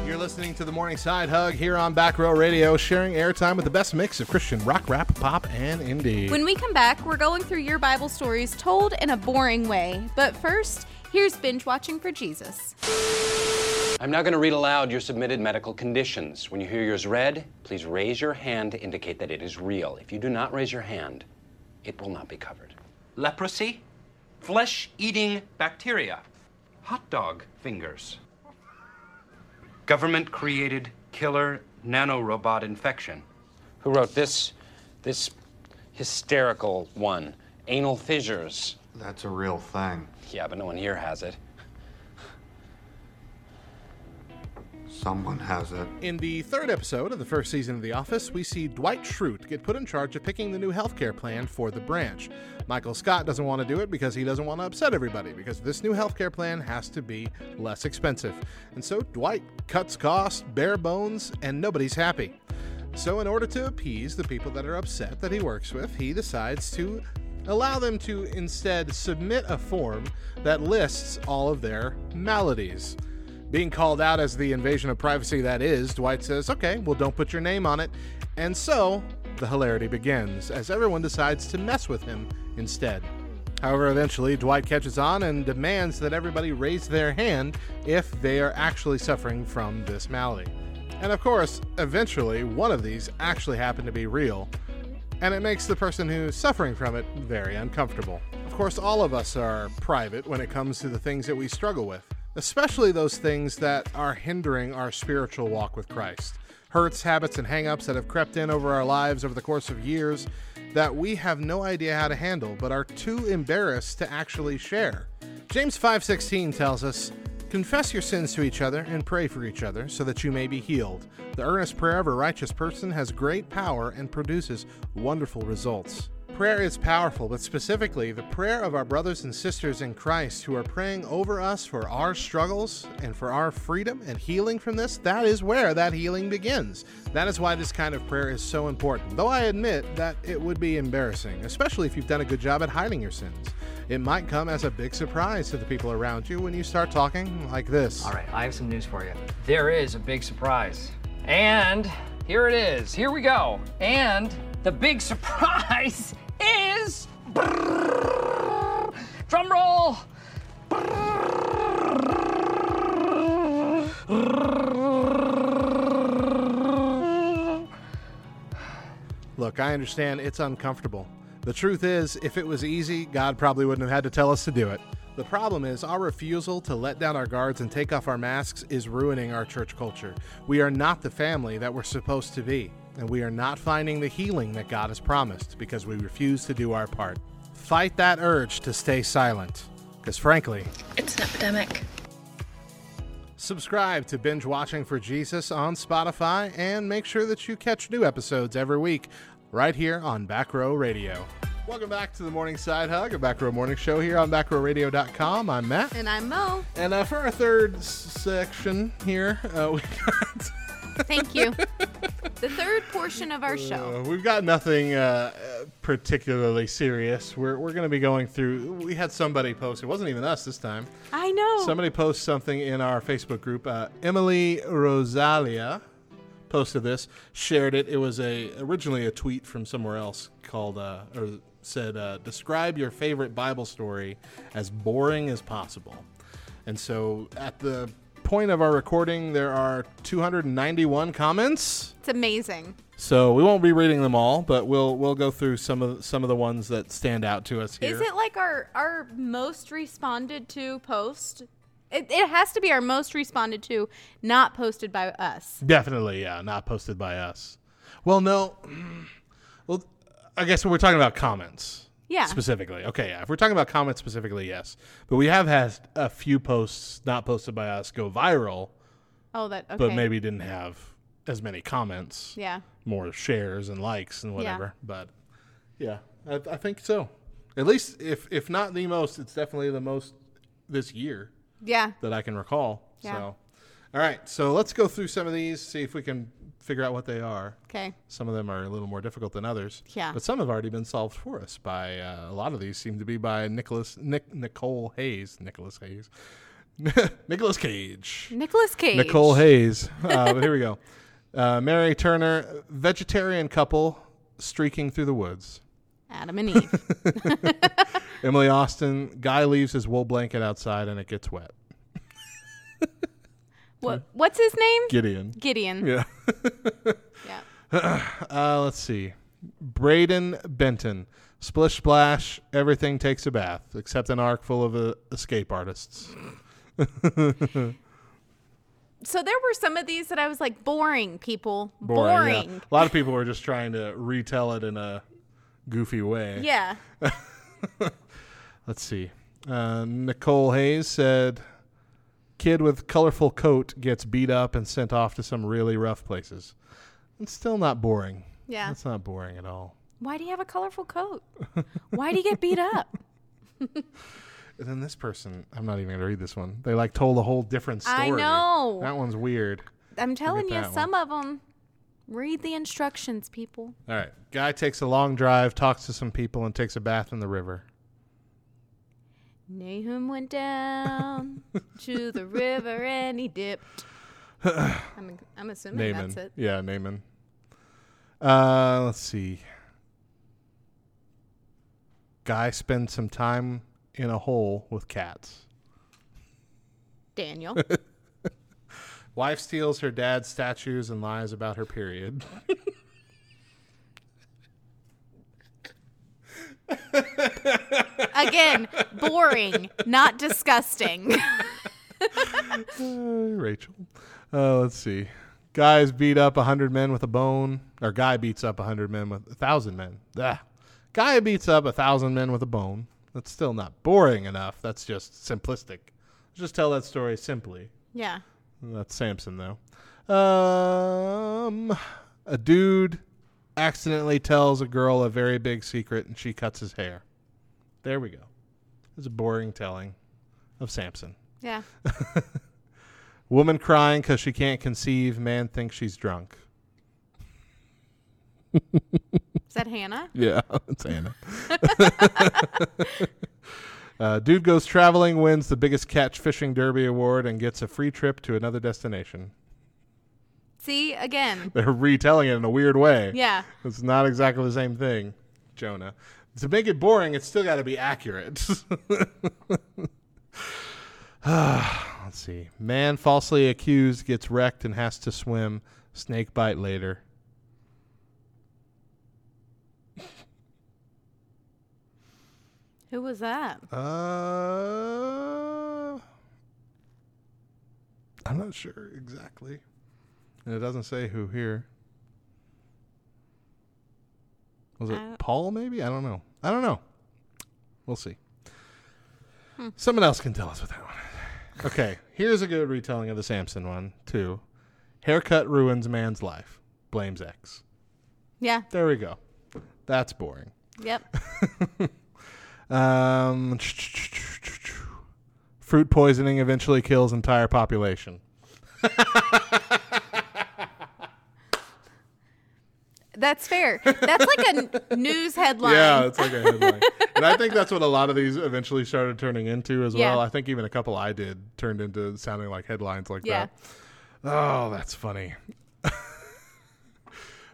Speaker 1: You're listening to the Morning Side Hug here on Back Row Radio, sharing airtime with the best mix of Christian rock, rap, pop, and indie.
Speaker 2: When we come back, we're going through your Bible stories told in a boring way. But first, Here's binge watching for Jesus.
Speaker 3: I'm now going to read aloud your submitted medical conditions. When you hear yours read, please raise your hand to indicate that it is real. If you do not raise your hand, it will not be covered.
Speaker 4: leprosy, flesh eating bacteria, hot dog fingers, government created killer nanorobot infection,
Speaker 3: Who wrote this this hysterical one? Anal fissures.
Speaker 5: That's a real thing.
Speaker 3: Yeah, but no one here has it.
Speaker 5: Someone has it.
Speaker 1: In the third episode of the first season of The Office, we see Dwight Schrute get put in charge of picking the new healthcare plan for the branch. Michael Scott doesn't want to do it because he doesn't want to upset everybody, because this new healthcare plan has to be less expensive. And so Dwight cuts costs, bare bones, and nobody's happy. So, in order to appease the people that are upset that he works with, he decides to allow them to instead submit a form that lists all of their maladies. Being called out as the invasion of privacy that is, Dwight says, okay, well, don't put your name on it. And so, the hilarity begins as everyone decides to mess with him instead. However, eventually, Dwight catches on and demands that everybody raise their hand if they are actually suffering from this malady. And of course, eventually, one of these actually happened to be real, and it makes the person who's suffering from it very uncomfortable. Of course, all of us are private when it comes to the things that we struggle with, especially those things that are hindering our spiritual walk with Christ. Hurts, habits, and hangups that have crept in over our lives over the course of years that we have no idea how to handle, but are too embarrassed to actually share. James 5:16 tells us, "Confess your sins to each other and pray for each other so that you may be healed. The earnest prayer of a righteous person has great power and produces wonderful results." Prayer is powerful, but specifically the prayer of our brothers and sisters in Christ who are praying over us for our struggles and for our freedom and healing from this, that is where that healing begins. That is why this kind of prayer is so important. Though I admit that it would be embarrassing, especially if you've done a good job at hiding your sins. It might come as a big surprise to the people around you when you start talking like this.
Speaker 6: All right, I have some news for you. There is a big surprise. And here it is. Here we go. And the big surprise is. Drum roll!
Speaker 1: Look, I understand it's uncomfortable. The truth is, if it was easy, God probably wouldn't have had to tell us to do it. The problem is, our refusal to let down our guards and take off our masks is ruining our church culture. We are not the family that we're supposed to be, and we are not finding the healing that God has promised because we refuse to do our part. Fight that urge to stay silent, because frankly,
Speaker 7: It's an epidemic.
Speaker 1: Subscribe to Binge Watching for Jesus on Spotify and make sure that you catch new episodes every week right here on Back Row Radio. Welcome back to the Morning Side Hug, a Back Row Morning Show here on backrowradio.com. I'm Matt.
Speaker 2: And I'm Mo.
Speaker 1: And uh, for our third s- section here, uh, we got,
Speaker 2: Thank you. the third portion of our show.
Speaker 1: uh, we've got nothing uh, uh, particularly serious. We're, we're going to be going through. We had somebody post, it wasn't even us this time.
Speaker 2: I know.
Speaker 1: Somebody posts something in our Facebook group. Uh, Emily Rosalia posted this, shared it. It was a originally a tweet from somewhere else called uh, or said uh, describe your favorite Bible story as boring as possible. And so at the point of our recording, there are 291 comments.
Speaker 2: it's amazing.
Speaker 1: So we won't be reading them all, but we'll we'll go through some of some of the ones that stand out to us here.
Speaker 2: Is it like our our most responded to post? It, it has to be our most responded to, not posted by us.
Speaker 1: Definitely, yeah, not posted by us. Well, no. Well, I guess we're talking about comments.
Speaker 2: Yeah.
Speaker 1: Specifically. Okay, yeah. If we're talking about comments specifically, yes. But we have had a few posts not posted by us go viral,
Speaker 2: Oh, that okay.
Speaker 1: but maybe didn't have as many comments,
Speaker 2: Yeah.
Speaker 1: more shares and likes and whatever. But yeah, I, I think so. At least if if not the most, it's definitely the most this year
Speaker 2: Yeah.
Speaker 1: that I can recall.
Speaker 2: Yeah.
Speaker 1: So, all right. So let's go through some of these, see if we can figure out what they are.
Speaker 2: Okay.
Speaker 1: Some of them are a little more difficult than others.
Speaker 2: Yeah.
Speaker 1: But some have already been solved for us by uh, a lot of these seem to be by Nicholas Nick Nicole Hayes Nicholas Hayes Nicholas Cage.
Speaker 2: Nicholas Cage.
Speaker 1: Nicole Hayes. Uh, but here we go. Uh, Mary Turner, vegetarian couple streaking through the woods.
Speaker 2: Adam and Eve.
Speaker 1: Emily Austin, guy leaves his wool blanket outside and it gets wet.
Speaker 2: what, what's his name?
Speaker 1: Gideon.
Speaker 2: Gideon.
Speaker 1: Yeah.
Speaker 2: Yeah.
Speaker 1: Uh, let's see. Braden Benton. Splish splash, everything takes a bath, except an ark full of uh, escape artists.
Speaker 2: So there were some of these that I was like, boring people,
Speaker 1: yeah.
Speaker 2: boring.
Speaker 1: A lot of people were just trying to retell it in a goofy way.
Speaker 2: Yeah.
Speaker 1: Let's see. Uh, Nicole Hayes said, "Kid with colorful coat gets beat up and sent off to some really rough places." It's still not boring.
Speaker 2: Yeah.
Speaker 1: it's not boring at all.
Speaker 2: Why do you have a colorful coat? Why do you get beat up?
Speaker 1: And then this person, I'm not even going to read this one. They like told a whole different story.
Speaker 2: I know.
Speaker 1: that one's weird.
Speaker 2: I'm telling you,
Speaker 1: that
Speaker 2: some of 'em. of them read the instructions, people.
Speaker 1: All right, guy takes a long drive, talks to some people, and takes a bath in the river.
Speaker 2: Nahum went down to the river and he dipped. I'm, I'm assuming
Speaker 1: Naaman.
Speaker 2: that's it.
Speaker 1: Yeah, Naaman. Uh, let's see. Guy spends some time in a hole with cats.
Speaker 2: Daniel.
Speaker 1: Wife steals her dad's statues and lies about her period.
Speaker 2: Again, boring, not disgusting.
Speaker 1: Uh, Rachel. Uh, let's see. Guys beat up a hundred men with a bone, or guy beats up a hundred men with a thousand men. Ah, guy beats up a thousand men with a bone. That's still not boring enough. That's just simplistic. Just tell that story simply.
Speaker 2: yeah.
Speaker 1: That's Samson, though. Um, a dude accidentally tells a girl a very big secret, and she cuts his hair. There we go. It's a boring telling of Samson.
Speaker 2: Yeah.
Speaker 1: Woman crying because she can't conceive. Man thinks she's drunk.
Speaker 2: Is that Hannah?
Speaker 1: Yeah, it's Anna. uh, dude goes traveling, wins the biggest catch fishing derby award, and gets a free trip to another destination.
Speaker 2: See, again.
Speaker 1: They're retelling it in a weird way.
Speaker 2: Yeah.
Speaker 1: It's not exactly the same thing, Jonah. To make it boring, it's still got to be accurate. Let's see. Man falsely accused gets wrecked and has to swim. Snake bite later.
Speaker 2: Who was that?
Speaker 1: Uh, I'm not sure exactly. And it doesn't say who here. Was it
Speaker 2: I-
Speaker 1: Paul, maybe? I don't know. I don't know. We'll see. Someone else can tell us what that one is. Okay, here's a good retelling of the Samson one, too. Haircut ruins man's life, blames ex.
Speaker 2: Yeah.
Speaker 1: There we go. That's boring.
Speaker 2: Yep.
Speaker 1: Um, fruit poisoning eventually kills entire population.
Speaker 2: That's fair. That's like a n- news headline.
Speaker 1: Yeah, it's like a headline. and I think that's what a lot of these eventually started turning into as
Speaker 2: Yeah.
Speaker 1: well. I think even a couple I did turned into sounding like headlines like
Speaker 2: Yeah.
Speaker 1: that. Oh, that's funny.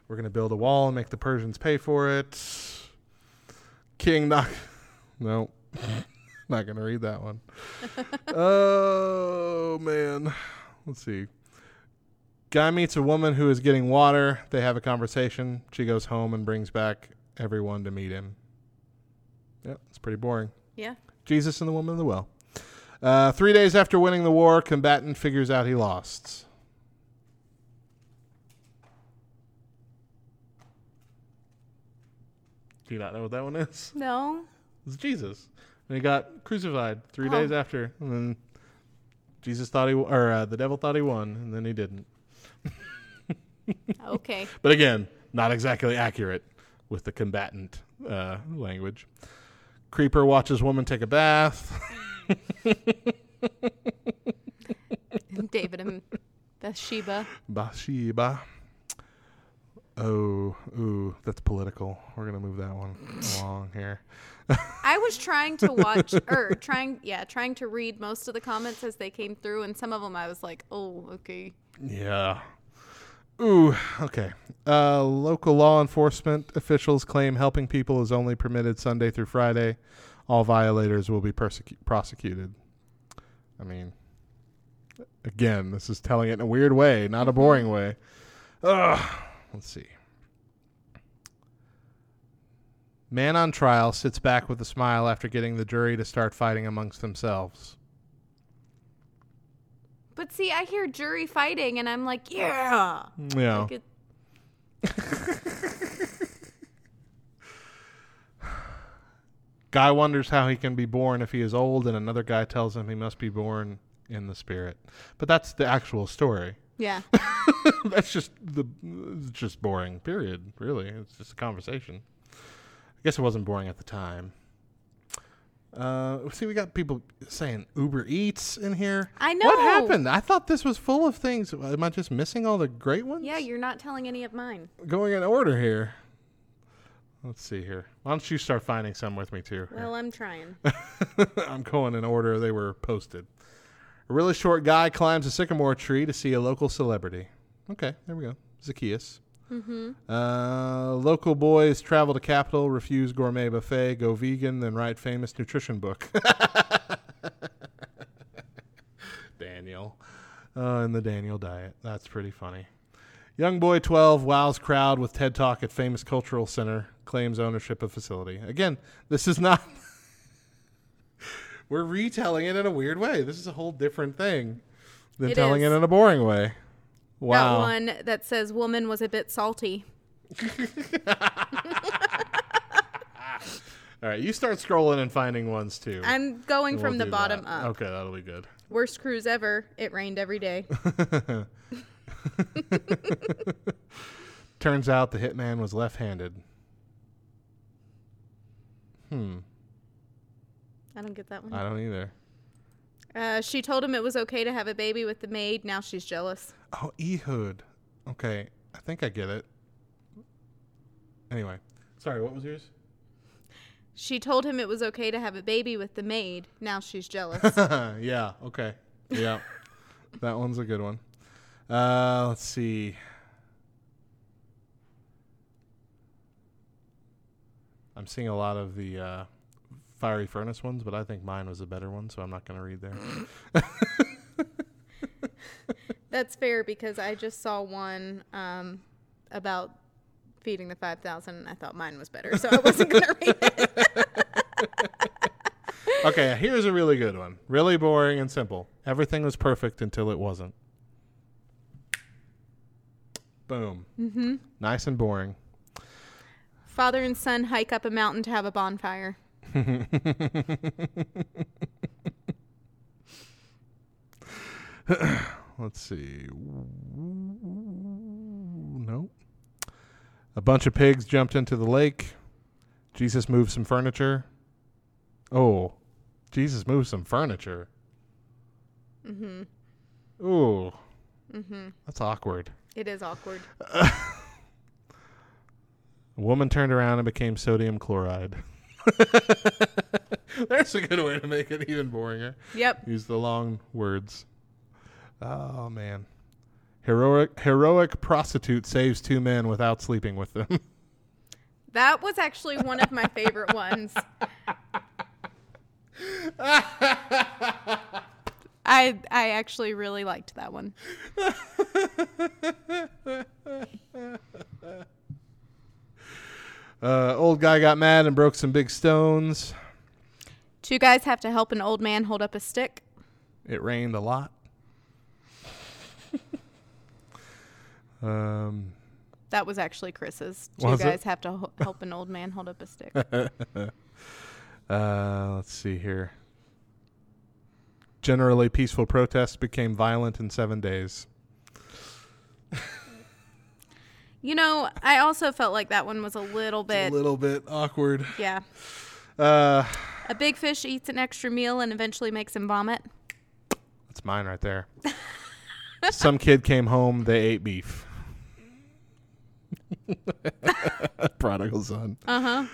Speaker 1: We're going to build a wall and make the Persians pay for it. King knock. No. Not going to read that one. oh, man. Let's see. Guy meets a woman who is getting water. They have a conversation. She goes home and brings back everyone to meet him. Yep, it's pretty boring.
Speaker 2: Yeah.
Speaker 1: Jesus and the woman in the well. Uh, three days after winning the war, combatant figures out he lost. Do you not know what that one is?
Speaker 2: No.
Speaker 1: It's Jesus. And he got crucified three
Speaker 2: Oh.
Speaker 1: days after. And then Jesus thought he, or uh, the devil thought he won, and then he didn't.
Speaker 2: Okay.
Speaker 1: But again, not exactly accurate with the combatant uh, language. Creeper watches woman take a bath.
Speaker 2: David and Bathsheba.
Speaker 1: Bathsheba. Oh, ooh, that's political. We're gonna move that one along here.
Speaker 2: I was trying to watch or trying yeah, trying to read most of the comments as they came through and some of them I was like, "Oh, okay."
Speaker 1: Yeah. Ooh, okay. Uh, local law enforcement officials claim helping people is only permitted Sunday through Friday. All violators will be persecu- prosecuted. I mean, again, this is telling it in a weird way, not a boring way. Ugh. Let's see. Man on trial sits back with a smile after getting the jury to start fighting amongst themselves.
Speaker 2: But see, I hear jury fighting, and I'm like, yeah.
Speaker 1: Yeah.
Speaker 2: Like it-
Speaker 1: Guy wonders how he can be born if he is old, and another guy tells him he must be born in the spirit. But that's the actual story.
Speaker 2: yeah.
Speaker 1: that's just the it's just boring. Period. Really, it's just a conversation. I guess it wasn't boring at the time. Uh, see, we got people saying Uber Eats in here.
Speaker 2: I
Speaker 1: What
Speaker 2: know.
Speaker 1: happened? I thought this was full of things. Am I just missing all the great ones?
Speaker 2: Yeah, you're not telling any of mine.
Speaker 1: going in order here. Let's see here. Why don't you start finding some with me too?
Speaker 2: Well, I'm trying.
Speaker 1: I'm going in order they were posted. A really short guy climbs a sycamore tree to see a local celebrity. Okay, there we go. Zacchaeus. Mm-hmm. Uh, local boys travel to capital, refuse gourmet buffet, go vegan, then write famous nutrition book. Daniel. Uh, and the Daniel diet. That's pretty funny. Young boy 12 wows crowd with TED Talk at famous cultural center, claims ownership of facility. Again, this is not we're retelling it in a weird way. This is a whole different thing than
Speaker 2: It
Speaker 1: telling
Speaker 2: is.
Speaker 1: it in a boring way. Wow.
Speaker 2: That one that says woman was a bit salty.
Speaker 1: All right, you start scrolling and finding ones too.
Speaker 2: I'm going
Speaker 1: We'll
Speaker 2: from the
Speaker 1: do
Speaker 2: bottom
Speaker 1: that.
Speaker 2: up.
Speaker 1: Okay, that'll be good.
Speaker 2: Worst cruise ever. It rained every day.
Speaker 1: Turns out the hitman was left-handed.
Speaker 2: I don't get that one.
Speaker 1: I don't either.
Speaker 2: Uh, she told him it was okay to have a baby with the maid. Now she's jealous.
Speaker 1: Oh, Ehud. Okay, I think I get it. Anyway, sorry, what was yours?
Speaker 2: She told him it was okay to have a baby with the maid. Now she's jealous.
Speaker 1: yeah, okay. Yeah. that one's a good one. Uh, let's see. I'm seeing a lot of the uh, fiery furnace ones, but I think mine was a better one, so I'm not going to read there.
Speaker 2: That's fair because I just saw one um, about feeding the 5,000 and I thought mine was better. So I wasn't going to read it.
Speaker 1: okay, here's a really good one. Really boring and simple. Everything was perfect until it wasn't. Boom. Mm-hmm. Nice and boring.
Speaker 2: Father and son hike up a mountain to have a bonfire.
Speaker 1: Let's see. Nope. A bunch of pigs jumped into the lake. Jesus moved some furniture. Oh, Jesus moved some furniture. Mm-hmm. Ooh. Mm-hmm. That's awkward.
Speaker 2: It is awkward.
Speaker 1: A woman turned around and became sodium chloride. That's a good way to make it even boringer.
Speaker 2: Yep.
Speaker 1: Use the long words. Oh man. Heroic heroic prostitute saves two men without sleeping with them.
Speaker 2: That was actually one of my favorite ones. I I actually really liked that one.
Speaker 1: uh, old guy got mad and broke some big stones.
Speaker 2: Two guys have to help an old man hold up a stick.
Speaker 1: It rained a lot. um
Speaker 2: That was actually Chris's. Two
Speaker 1: Was it?
Speaker 2: guys have to ho- help an old man hold up a stick.
Speaker 1: uh let's see here. Generally peaceful protests became violent in 7 days.
Speaker 2: you know, I also felt like that one was a little bit.
Speaker 1: little bit awkward.
Speaker 2: yeah.
Speaker 1: Uh
Speaker 2: A big fish eats an extra meal and eventually makes him vomit.
Speaker 1: That's mine right there. Some kid came home, they ate beef. Prodigal son. Uh huh.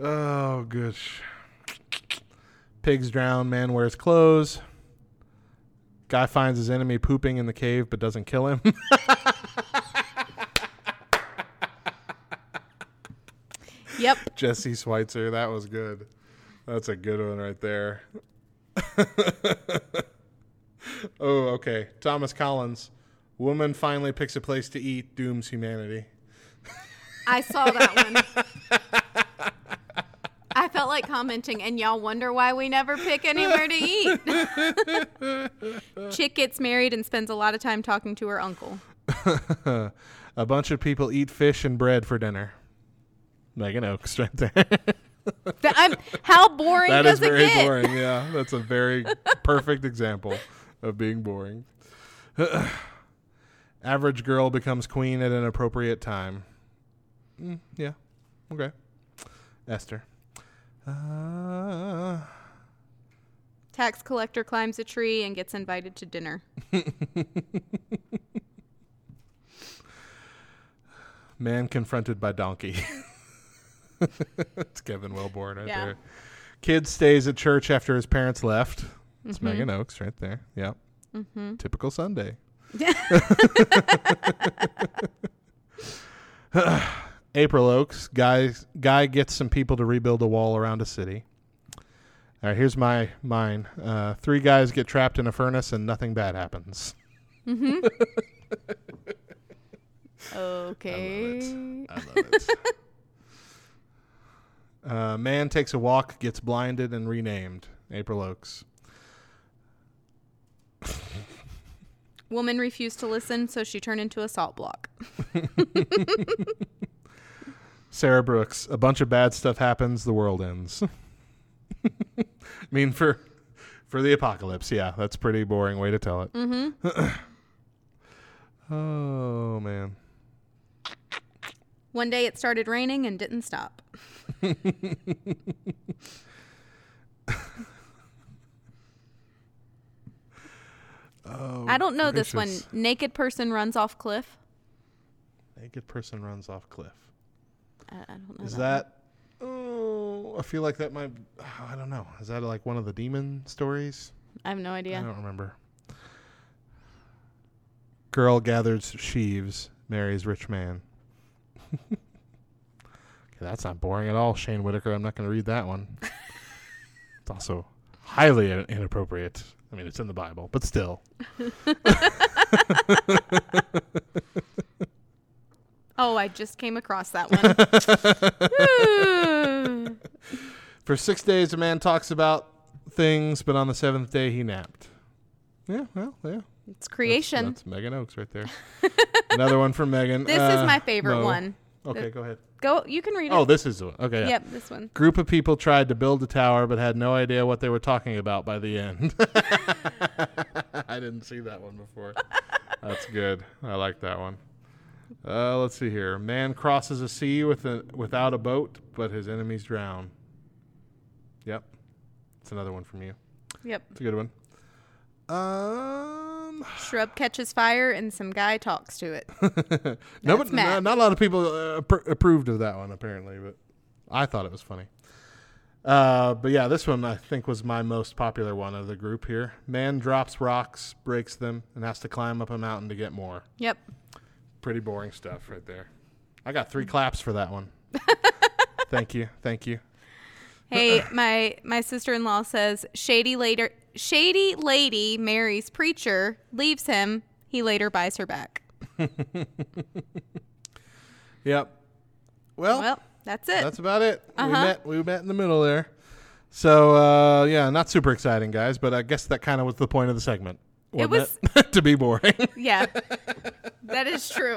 Speaker 1: Oh, gosh. Pigs drown, man wears clothes. Guy finds his enemy pooping in the cave but doesn't kill him.
Speaker 2: Yep.
Speaker 1: Jesse Schweitzer, that was good. That's a good one right there. oh, okay. Thomas Collins. Woman finally picks a place to eat, dooms humanity.
Speaker 2: I saw that one. I felt like commenting, and y'all wonder why we never pick anywhere to eat. Chick gets married and spends a lot of time talking to her uncle.
Speaker 1: A bunch of people eat fish and bread for dinner. Megan Oaks right there.
Speaker 2: Th- I'm- um, how boring
Speaker 1: that
Speaker 2: does
Speaker 1: is very
Speaker 2: it get?
Speaker 1: boring. Yeah, that's a very perfect example of being boring. Average girl becomes queen at an appropriate time. Mm, yeah. Okay. Esther. Uh,
Speaker 2: Tax collector climbs a tree and gets invited to dinner.
Speaker 1: man confronted by donkey. It's Kevin Wellborn right
Speaker 2: Yeah.
Speaker 1: there. Kid stays at church after his parents left. It's Megan Oaks right there. Yep. Typical Sunday. April Oaks, guy guy gets some people to rebuild a wall around a city. All right, here's my mine. Uh, three guys get trapped in a furnace and nothing bad happens.
Speaker 2: Okay.
Speaker 1: I love it. uh, man takes a walk, gets blinded, and renamed April Oaks.
Speaker 2: Woman refused to listen, so she turned into a salt block.
Speaker 1: Sarah Brooks. A bunch of bad stuff happens. The world ends. I mean, for for the apocalypse, yeah, that's a pretty boring way to tell it. Mm-hmm. oh man.
Speaker 2: One day it started raining and didn't stop. I don't know this one.
Speaker 1: Oh, gracious.
Speaker 2: Naked person runs off cliff.
Speaker 1: Naked person runs off cliff.
Speaker 2: I, I don't know.
Speaker 1: Is
Speaker 2: that.
Speaker 1: that? Oh, I feel like that might. I don't know. Is that like one of the demon stories?
Speaker 2: I have no
Speaker 1: I
Speaker 2: idea.
Speaker 1: don't remember. Girl gathers sheaves, marries rich man. okay, that's not boring at all, Shane Whitaker. I'm not going to read that one. it's also highly in- inappropriate. I mean, it's in the Bible, but still.
Speaker 2: Oh, I just came across that one.
Speaker 1: For six days, a man talks about things, but on the seventh day, he napped. Yeah, well, yeah.
Speaker 2: it's creation.
Speaker 1: That's Megan Oaks right there. Another one from Megan.
Speaker 2: this
Speaker 1: Uh,
Speaker 2: is my favorite
Speaker 1: Mo.
Speaker 2: one.
Speaker 1: Okay, go ahead.
Speaker 2: Go. You can read
Speaker 1: Oh,
Speaker 2: it.
Speaker 1: this is the one. Okay. yeah.
Speaker 2: Yep, this one.
Speaker 1: Group of people tried to build a tower but had no idea what they were talking about by the end. I didn't see that one before. That's good. I like that one. Uh, let's see here. Man crosses a sea with a, without a boat, but his enemies drown. Yep. It's another one from you.
Speaker 2: Yep.
Speaker 1: It's a good one. Um,
Speaker 2: Shrub catches fire and some guy talks to it.
Speaker 1: no, but not,
Speaker 2: Matt.
Speaker 1: not a lot of people uh, appro- approved of that one apparently, but I thought it was funny. Uh, but yeah, this one I think was my most popular one of the group here. Man drops rocks, breaks them, and has to climb up a mountain to get more.
Speaker 2: Yep.
Speaker 1: Pretty boring stuff right there. I got three claps for that one. thank you, thank you.
Speaker 2: Hey,
Speaker 1: Uh-uh.
Speaker 2: my my sister-in-law says shady later shady lady marries preacher, leaves him, he later buys her back.
Speaker 1: Yep. Well,
Speaker 2: Well, uh-huh. that's it.
Speaker 1: Oh. that's about it. We met. We met in the middle there. So uh, yeah, not super exciting, guys. But I guess that kind of was the point of the segment.
Speaker 2: It
Speaker 1: wasn't it? to be boring.
Speaker 2: yeah. that is true.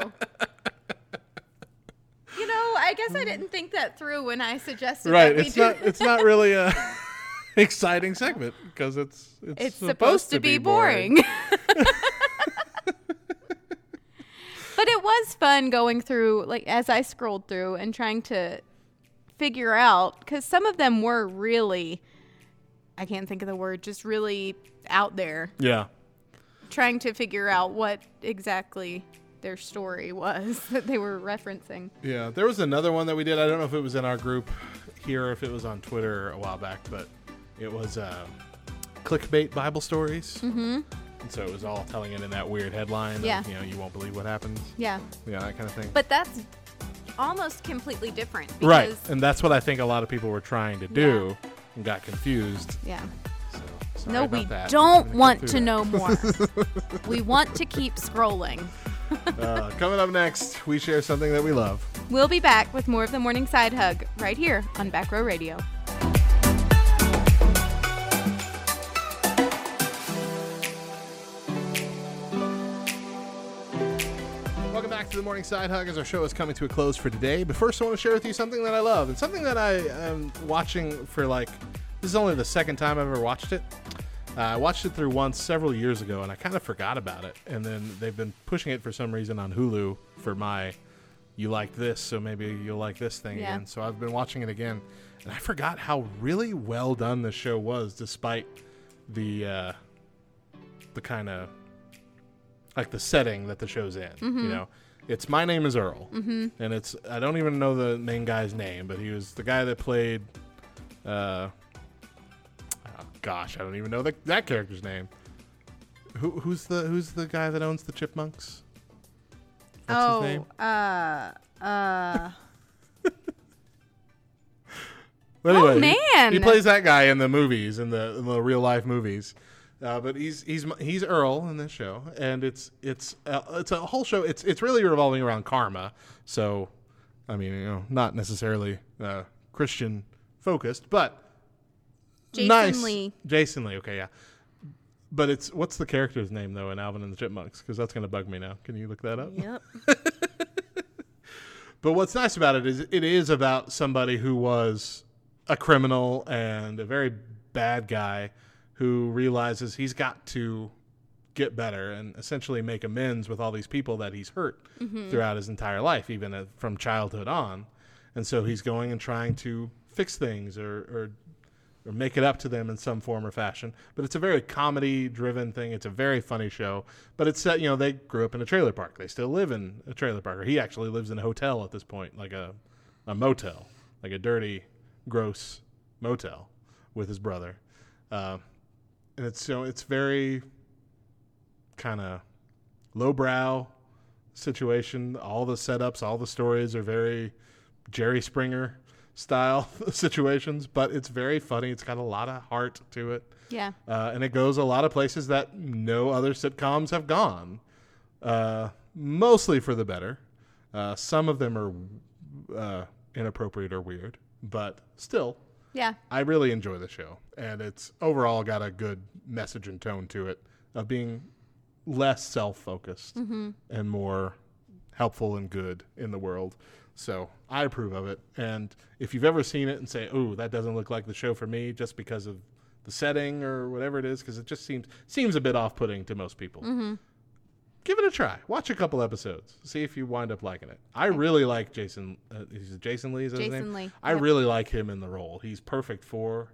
Speaker 2: You know, I guess I didn't think that through when I suggested
Speaker 1: right
Speaker 2: that we
Speaker 1: it's
Speaker 2: do.
Speaker 1: not it's not really a exciting segment because it's it's,
Speaker 2: it's supposed to be boring. but it was fun going through, like, as I scrolled through and trying to figure out, because some of them were really, I can't think of the word, just really out there,
Speaker 1: yeah
Speaker 2: trying to figure out what exactly their story was that they were referencing.
Speaker 1: yeah there was another one that we did i don't know if it was in our group here or if it was on twitter a while back but it was uh, clickbait bible stories mm-hmm. and so it was all telling it in that weird headline
Speaker 2: Yeah.
Speaker 1: of, you know you won't believe what happens
Speaker 2: Yeah.
Speaker 1: yeah that kind of thing
Speaker 2: But that's almost completely different. Because,
Speaker 1: Right. And that's what I think a lot of people were trying to do and got confused.
Speaker 2: Yeah.
Speaker 1: So, sorry
Speaker 2: No,
Speaker 1: about
Speaker 2: we
Speaker 1: that. I'm
Speaker 2: don't
Speaker 1: gonna
Speaker 2: want
Speaker 1: cut
Speaker 2: to
Speaker 1: through that.
Speaker 2: know more. we want to keep scrolling.
Speaker 1: Uh, coming up next, we share something that we love.
Speaker 2: We'll be back with more of the Morning Side Hug right here on Back Row Radio.
Speaker 1: Welcome back to the Morning Side Hug as our show is coming to a close for today. But first, I want to share with you something that I love and something that I am watching for like this is only the second time I've ever watched it. Uh, I watched it through once several years ago and I kind of forgot about it. And then they've been pushing it for some reason on Hulu for my you like this, so maybe you'll like this thing
Speaker 2: Yeah.
Speaker 1: again. So I've been watching it again and I forgot how really well done the show was despite the uh, the kind of like the setting that the show's in. You know, it's my name is Earl, mm-hmm. and it's I don't even know the main guy's name, but he was the guy that played. Uh, oh gosh, I don't even know the, that character's name. Who, who's the Who's the guy that owns the chipmunks? What's
Speaker 2: oh,
Speaker 1: his name?
Speaker 2: uh, uh,
Speaker 1: But
Speaker 2: Oh,
Speaker 1: anyway, he-
Speaker 2: man.
Speaker 1: he, plays that guy in the movies, in the, in the real life movies. Uh, but he's he's he's Earl in this show, and it's it's uh, it's a whole show. It's it's really revolving around karma. So, I mean, you know, not necessarily uh, Christian focused, but
Speaker 2: Jason
Speaker 1: nice.
Speaker 2: Lee.
Speaker 1: Jason Lee. Okay, yeah. But it's what's the character's name though in Alvin and the Chipmunks? Because that's gonna bug me now. Can you look that up?
Speaker 2: Yep.
Speaker 1: But what's nice about it is it is about somebody who was a criminal and a very bad guy who realizes he's got to get better and essentially make amends with all these people that he's hurt
Speaker 2: Mm-hmm.
Speaker 1: throughout his entire life, even uh, from childhood on. And so he's going and trying to fix things or, or or make it up to them in some form or fashion. But it's a very comedy driven thing. It's a very funny show. But it's set, you know, they grew up in a trailer park. They still live in a trailer park. Or he actually lives in a hotel at this point, like a, a motel, like a dirty, gross motel with his brother. Uh, and it's, you know, it's very kind of lowbrow situation. All the setups, all the stories are very Jerry Springer style situations, but it's very funny. It's got a lot of heart to it.
Speaker 2: Yeah.
Speaker 1: Uh, and it goes a lot of places that no other sitcoms have gone, uh, mostly for the better. Uh, some of them are uh, inappropriate or weird, but still,
Speaker 2: Yeah.
Speaker 1: I really enjoy the show, and it's overall got a good message and tone to it of being less self-focused
Speaker 2: Mm-hmm.
Speaker 1: and more helpful and good in the world. So I approve of it. And if you've ever seen it and say, "Oh, that doesn't look like the show for me," just because of the setting or whatever it is, because it just seems seems a bit off-putting to most people.
Speaker 2: Mm-hmm.
Speaker 1: Give it a try. Watch a couple episodes. See if you wind up liking it. I really like Jason. Uh, is it Jason Lee? Is that his
Speaker 2: Jason
Speaker 1: name?
Speaker 2: Lee,
Speaker 1: I
Speaker 2: yep.
Speaker 1: really like him in the role. He's perfect for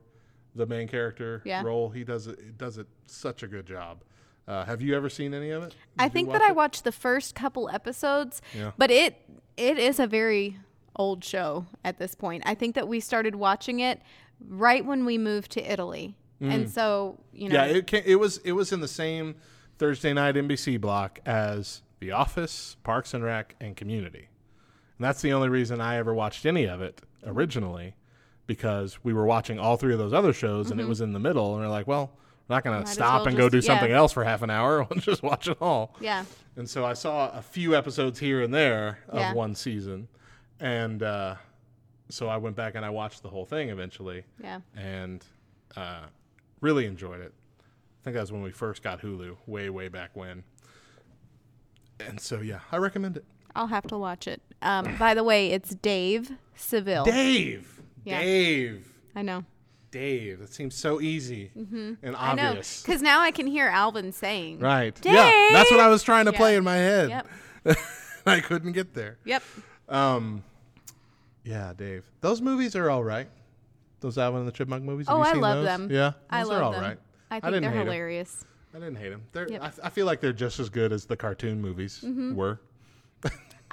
Speaker 1: the main character
Speaker 2: Yeah.
Speaker 1: role. He does it. he does it such a good job. Uh, have you ever seen any of it? Did
Speaker 2: I
Speaker 1: you
Speaker 2: think that
Speaker 1: watch
Speaker 2: I
Speaker 1: it?
Speaker 2: watched the first couple episodes,
Speaker 1: Yeah.
Speaker 2: but it it is a very old show at this point. I think that we started watching it right when we moved to Italy. And so, you know,
Speaker 1: Mm. Yeah, it can, it was it was in the same Thursday night NBC block as The Office, Parks and Rec, and Community. And that's the only reason I ever watched any of it originally, because we were watching all three of those other shows, and it was in the middle, and we're like, well, we're not going
Speaker 2: Mm-hmm. Might
Speaker 1: to
Speaker 2: as
Speaker 1: stop
Speaker 2: well
Speaker 1: and go
Speaker 2: just-
Speaker 1: do
Speaker 2: yeah.
Speaker 1: something else for half an hour. We'll just watch it all.
Speaker 2: yeah.
Speaker 1: And so I saw a few episodes here and there of
Speaker 2: Yeah.
Speaker 1: one season, and uh, so I went back and I watched the whole thing eventually
Speaker 2: Yeah.
Speaker 1: and uh, really enjoyed it. I think that was when we first got Hulu, way way back when. And so yeah, I recommend it.
Speaker 2: I'll have to watch it. Um, by the way, it's Dave Seville.
Speaker 1: Dave,
Speaker 2: Yeah.
Speaker 1: Dave,
Speaker 2: I know.
Speaker 1: Dave. That seems so easy and
Speaker 2: Mm-hmm. I know.
Speaker 1: obvious.
Speaker 2: Because now I can hear Alvin saying.
Speaker 1: right? Yeah, that's what I was trying to
Speaker 2: Yeah.
Speaker 1: play in my head.
Speaker 2: Yep.
Speaker 1: I couldn't get there.
Speaker 2: Yep.
Speaker 1: Um, yeah, Dave. Those movies are all right. Those Alvin and the Chipmunk movies. Have
Speaker 2: Oh,
Speaker 1: you
Speaker 2: I
Speaker 1: seen
Speaker 2: love
Speaker 1: those?
Speaker 2: them.
Speaker 1: Yeah,
Speaker 2: I
Speaker 1: those
Speaker 2: love
Speaker 1: are all
Speaker 2: them.
Speaker 1: right.
Speaker 2: I think
Speaker 1: didn't
Speaker 2: they're
Speaker 1: hate 'em.
Speaker 2: hilarious.
Speaker 1: I didn't hate them. They're,
Speaker 2: Yep. Mm-hmm.
Speaker 1: I, I feel like they're just as good as the cartoon movies were.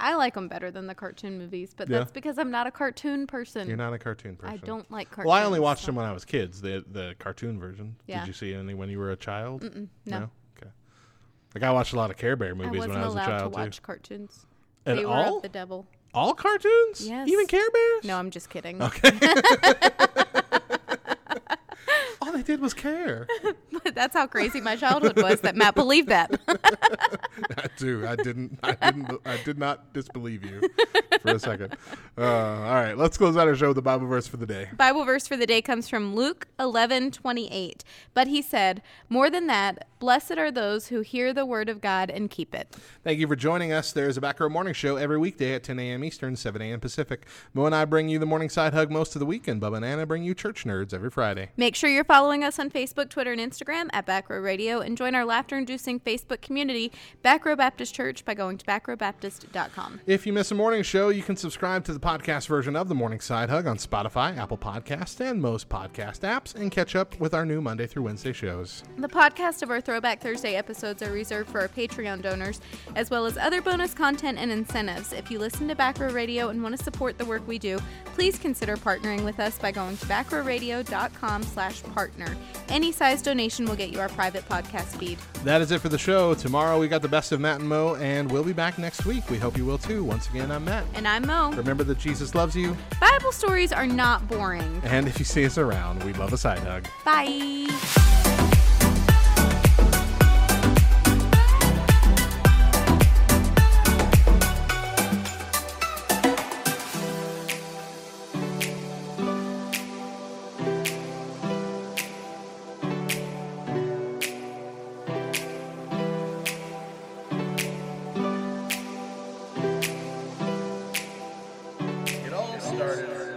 Speaker 2: I like them better than the cartoon movies, but
Speaker 1: Yeah.
Speaker 2: that's because I'm not a cartoon person.
Speaker 1: You're not a cartoon person.
Speaker 2: I don't like cartoons.
Speaker 1: Well, I only watched them when I was kids. The the cartoon version.
Speaker 2: Yeah.
Speaker 1: Did you see any when you were a child?
Speaker 2: no.
Speaker 1: Okay. Like I watched a lot of Care Bear
Speaker 2: I
Speaker 1: movies
Speaker 2: wasn't
Speaker 1: when I was a
Speaker 2: allowed to
Speaker 1: child too.
Speaker 2: watch cartoons.
Speaker 1: At
Speaker 2: they were
Speaker 1: all?
Speaker 2: of the devil.
Speaker 1: All cartoons?
Speaker 2: Yes.
Speaker 1: Even Care Bears?
Speaker 2: No, I'm just kidding.
Speaker 1: All they did was care.
Speaker 2: That's how crazy my childhood was that Matt believed that.
Speaker 1: I do. I didn't. I didn't. I did not disbelieve you for a second. Uh, all right, let's close out our show with the Bible verse for the day.
Speaker 2: Bible verse for the day comes from Luke 11 28. But he said, More than that, blessed are those who hear the word of God and keep it.
Speaker 1: Thank you for joining us. There's a back row morning show every weekday at 10 a.m. Eastern, 7 a.m. Pacific. Mo and I bring you the morning side hug most of the week, and Bubba and Anna bring you church nerds every Friday.
Speaker 2: Make sure you're following us on Facebook, Twitter, and Instagram at Back Row Radio and join our laughter inducing Facebook community, Back Row Baptist Church, by going to backrowbaptist.com.
Speaker 1: If you miss a morning show, you can subscribe to the podcast version of the Morning Side Hug on Spotify, Apple Podcasts, and most podcast apps, and catch up with our new Monday through Wednesday shows.
Speaker 2: The podcast of our Throwback Thursday episodes are reserved for our Patreon donors, as well as other bonus content and incentives. If you listen to Back Row Radio and want to support the work we do, please consider partnering with us by going to backrowradio.com slash partner. Any size donation will get you our private podcast feed.
Speaker 1: That is it for the show. Tomorrow we got the best of Matt and Mo, and we'll be back next week. We hope you will too. Once again, I'm Matt.
Speaker 2: And I'm Mo.
Speaker 1: Remember that Jesus loves you,
Speaker 2: Bible stories are not boring.
Speaker 1: and if you see us around, we'd love a side hug.
Speaker 2: Bye.
Speaker 7: It all started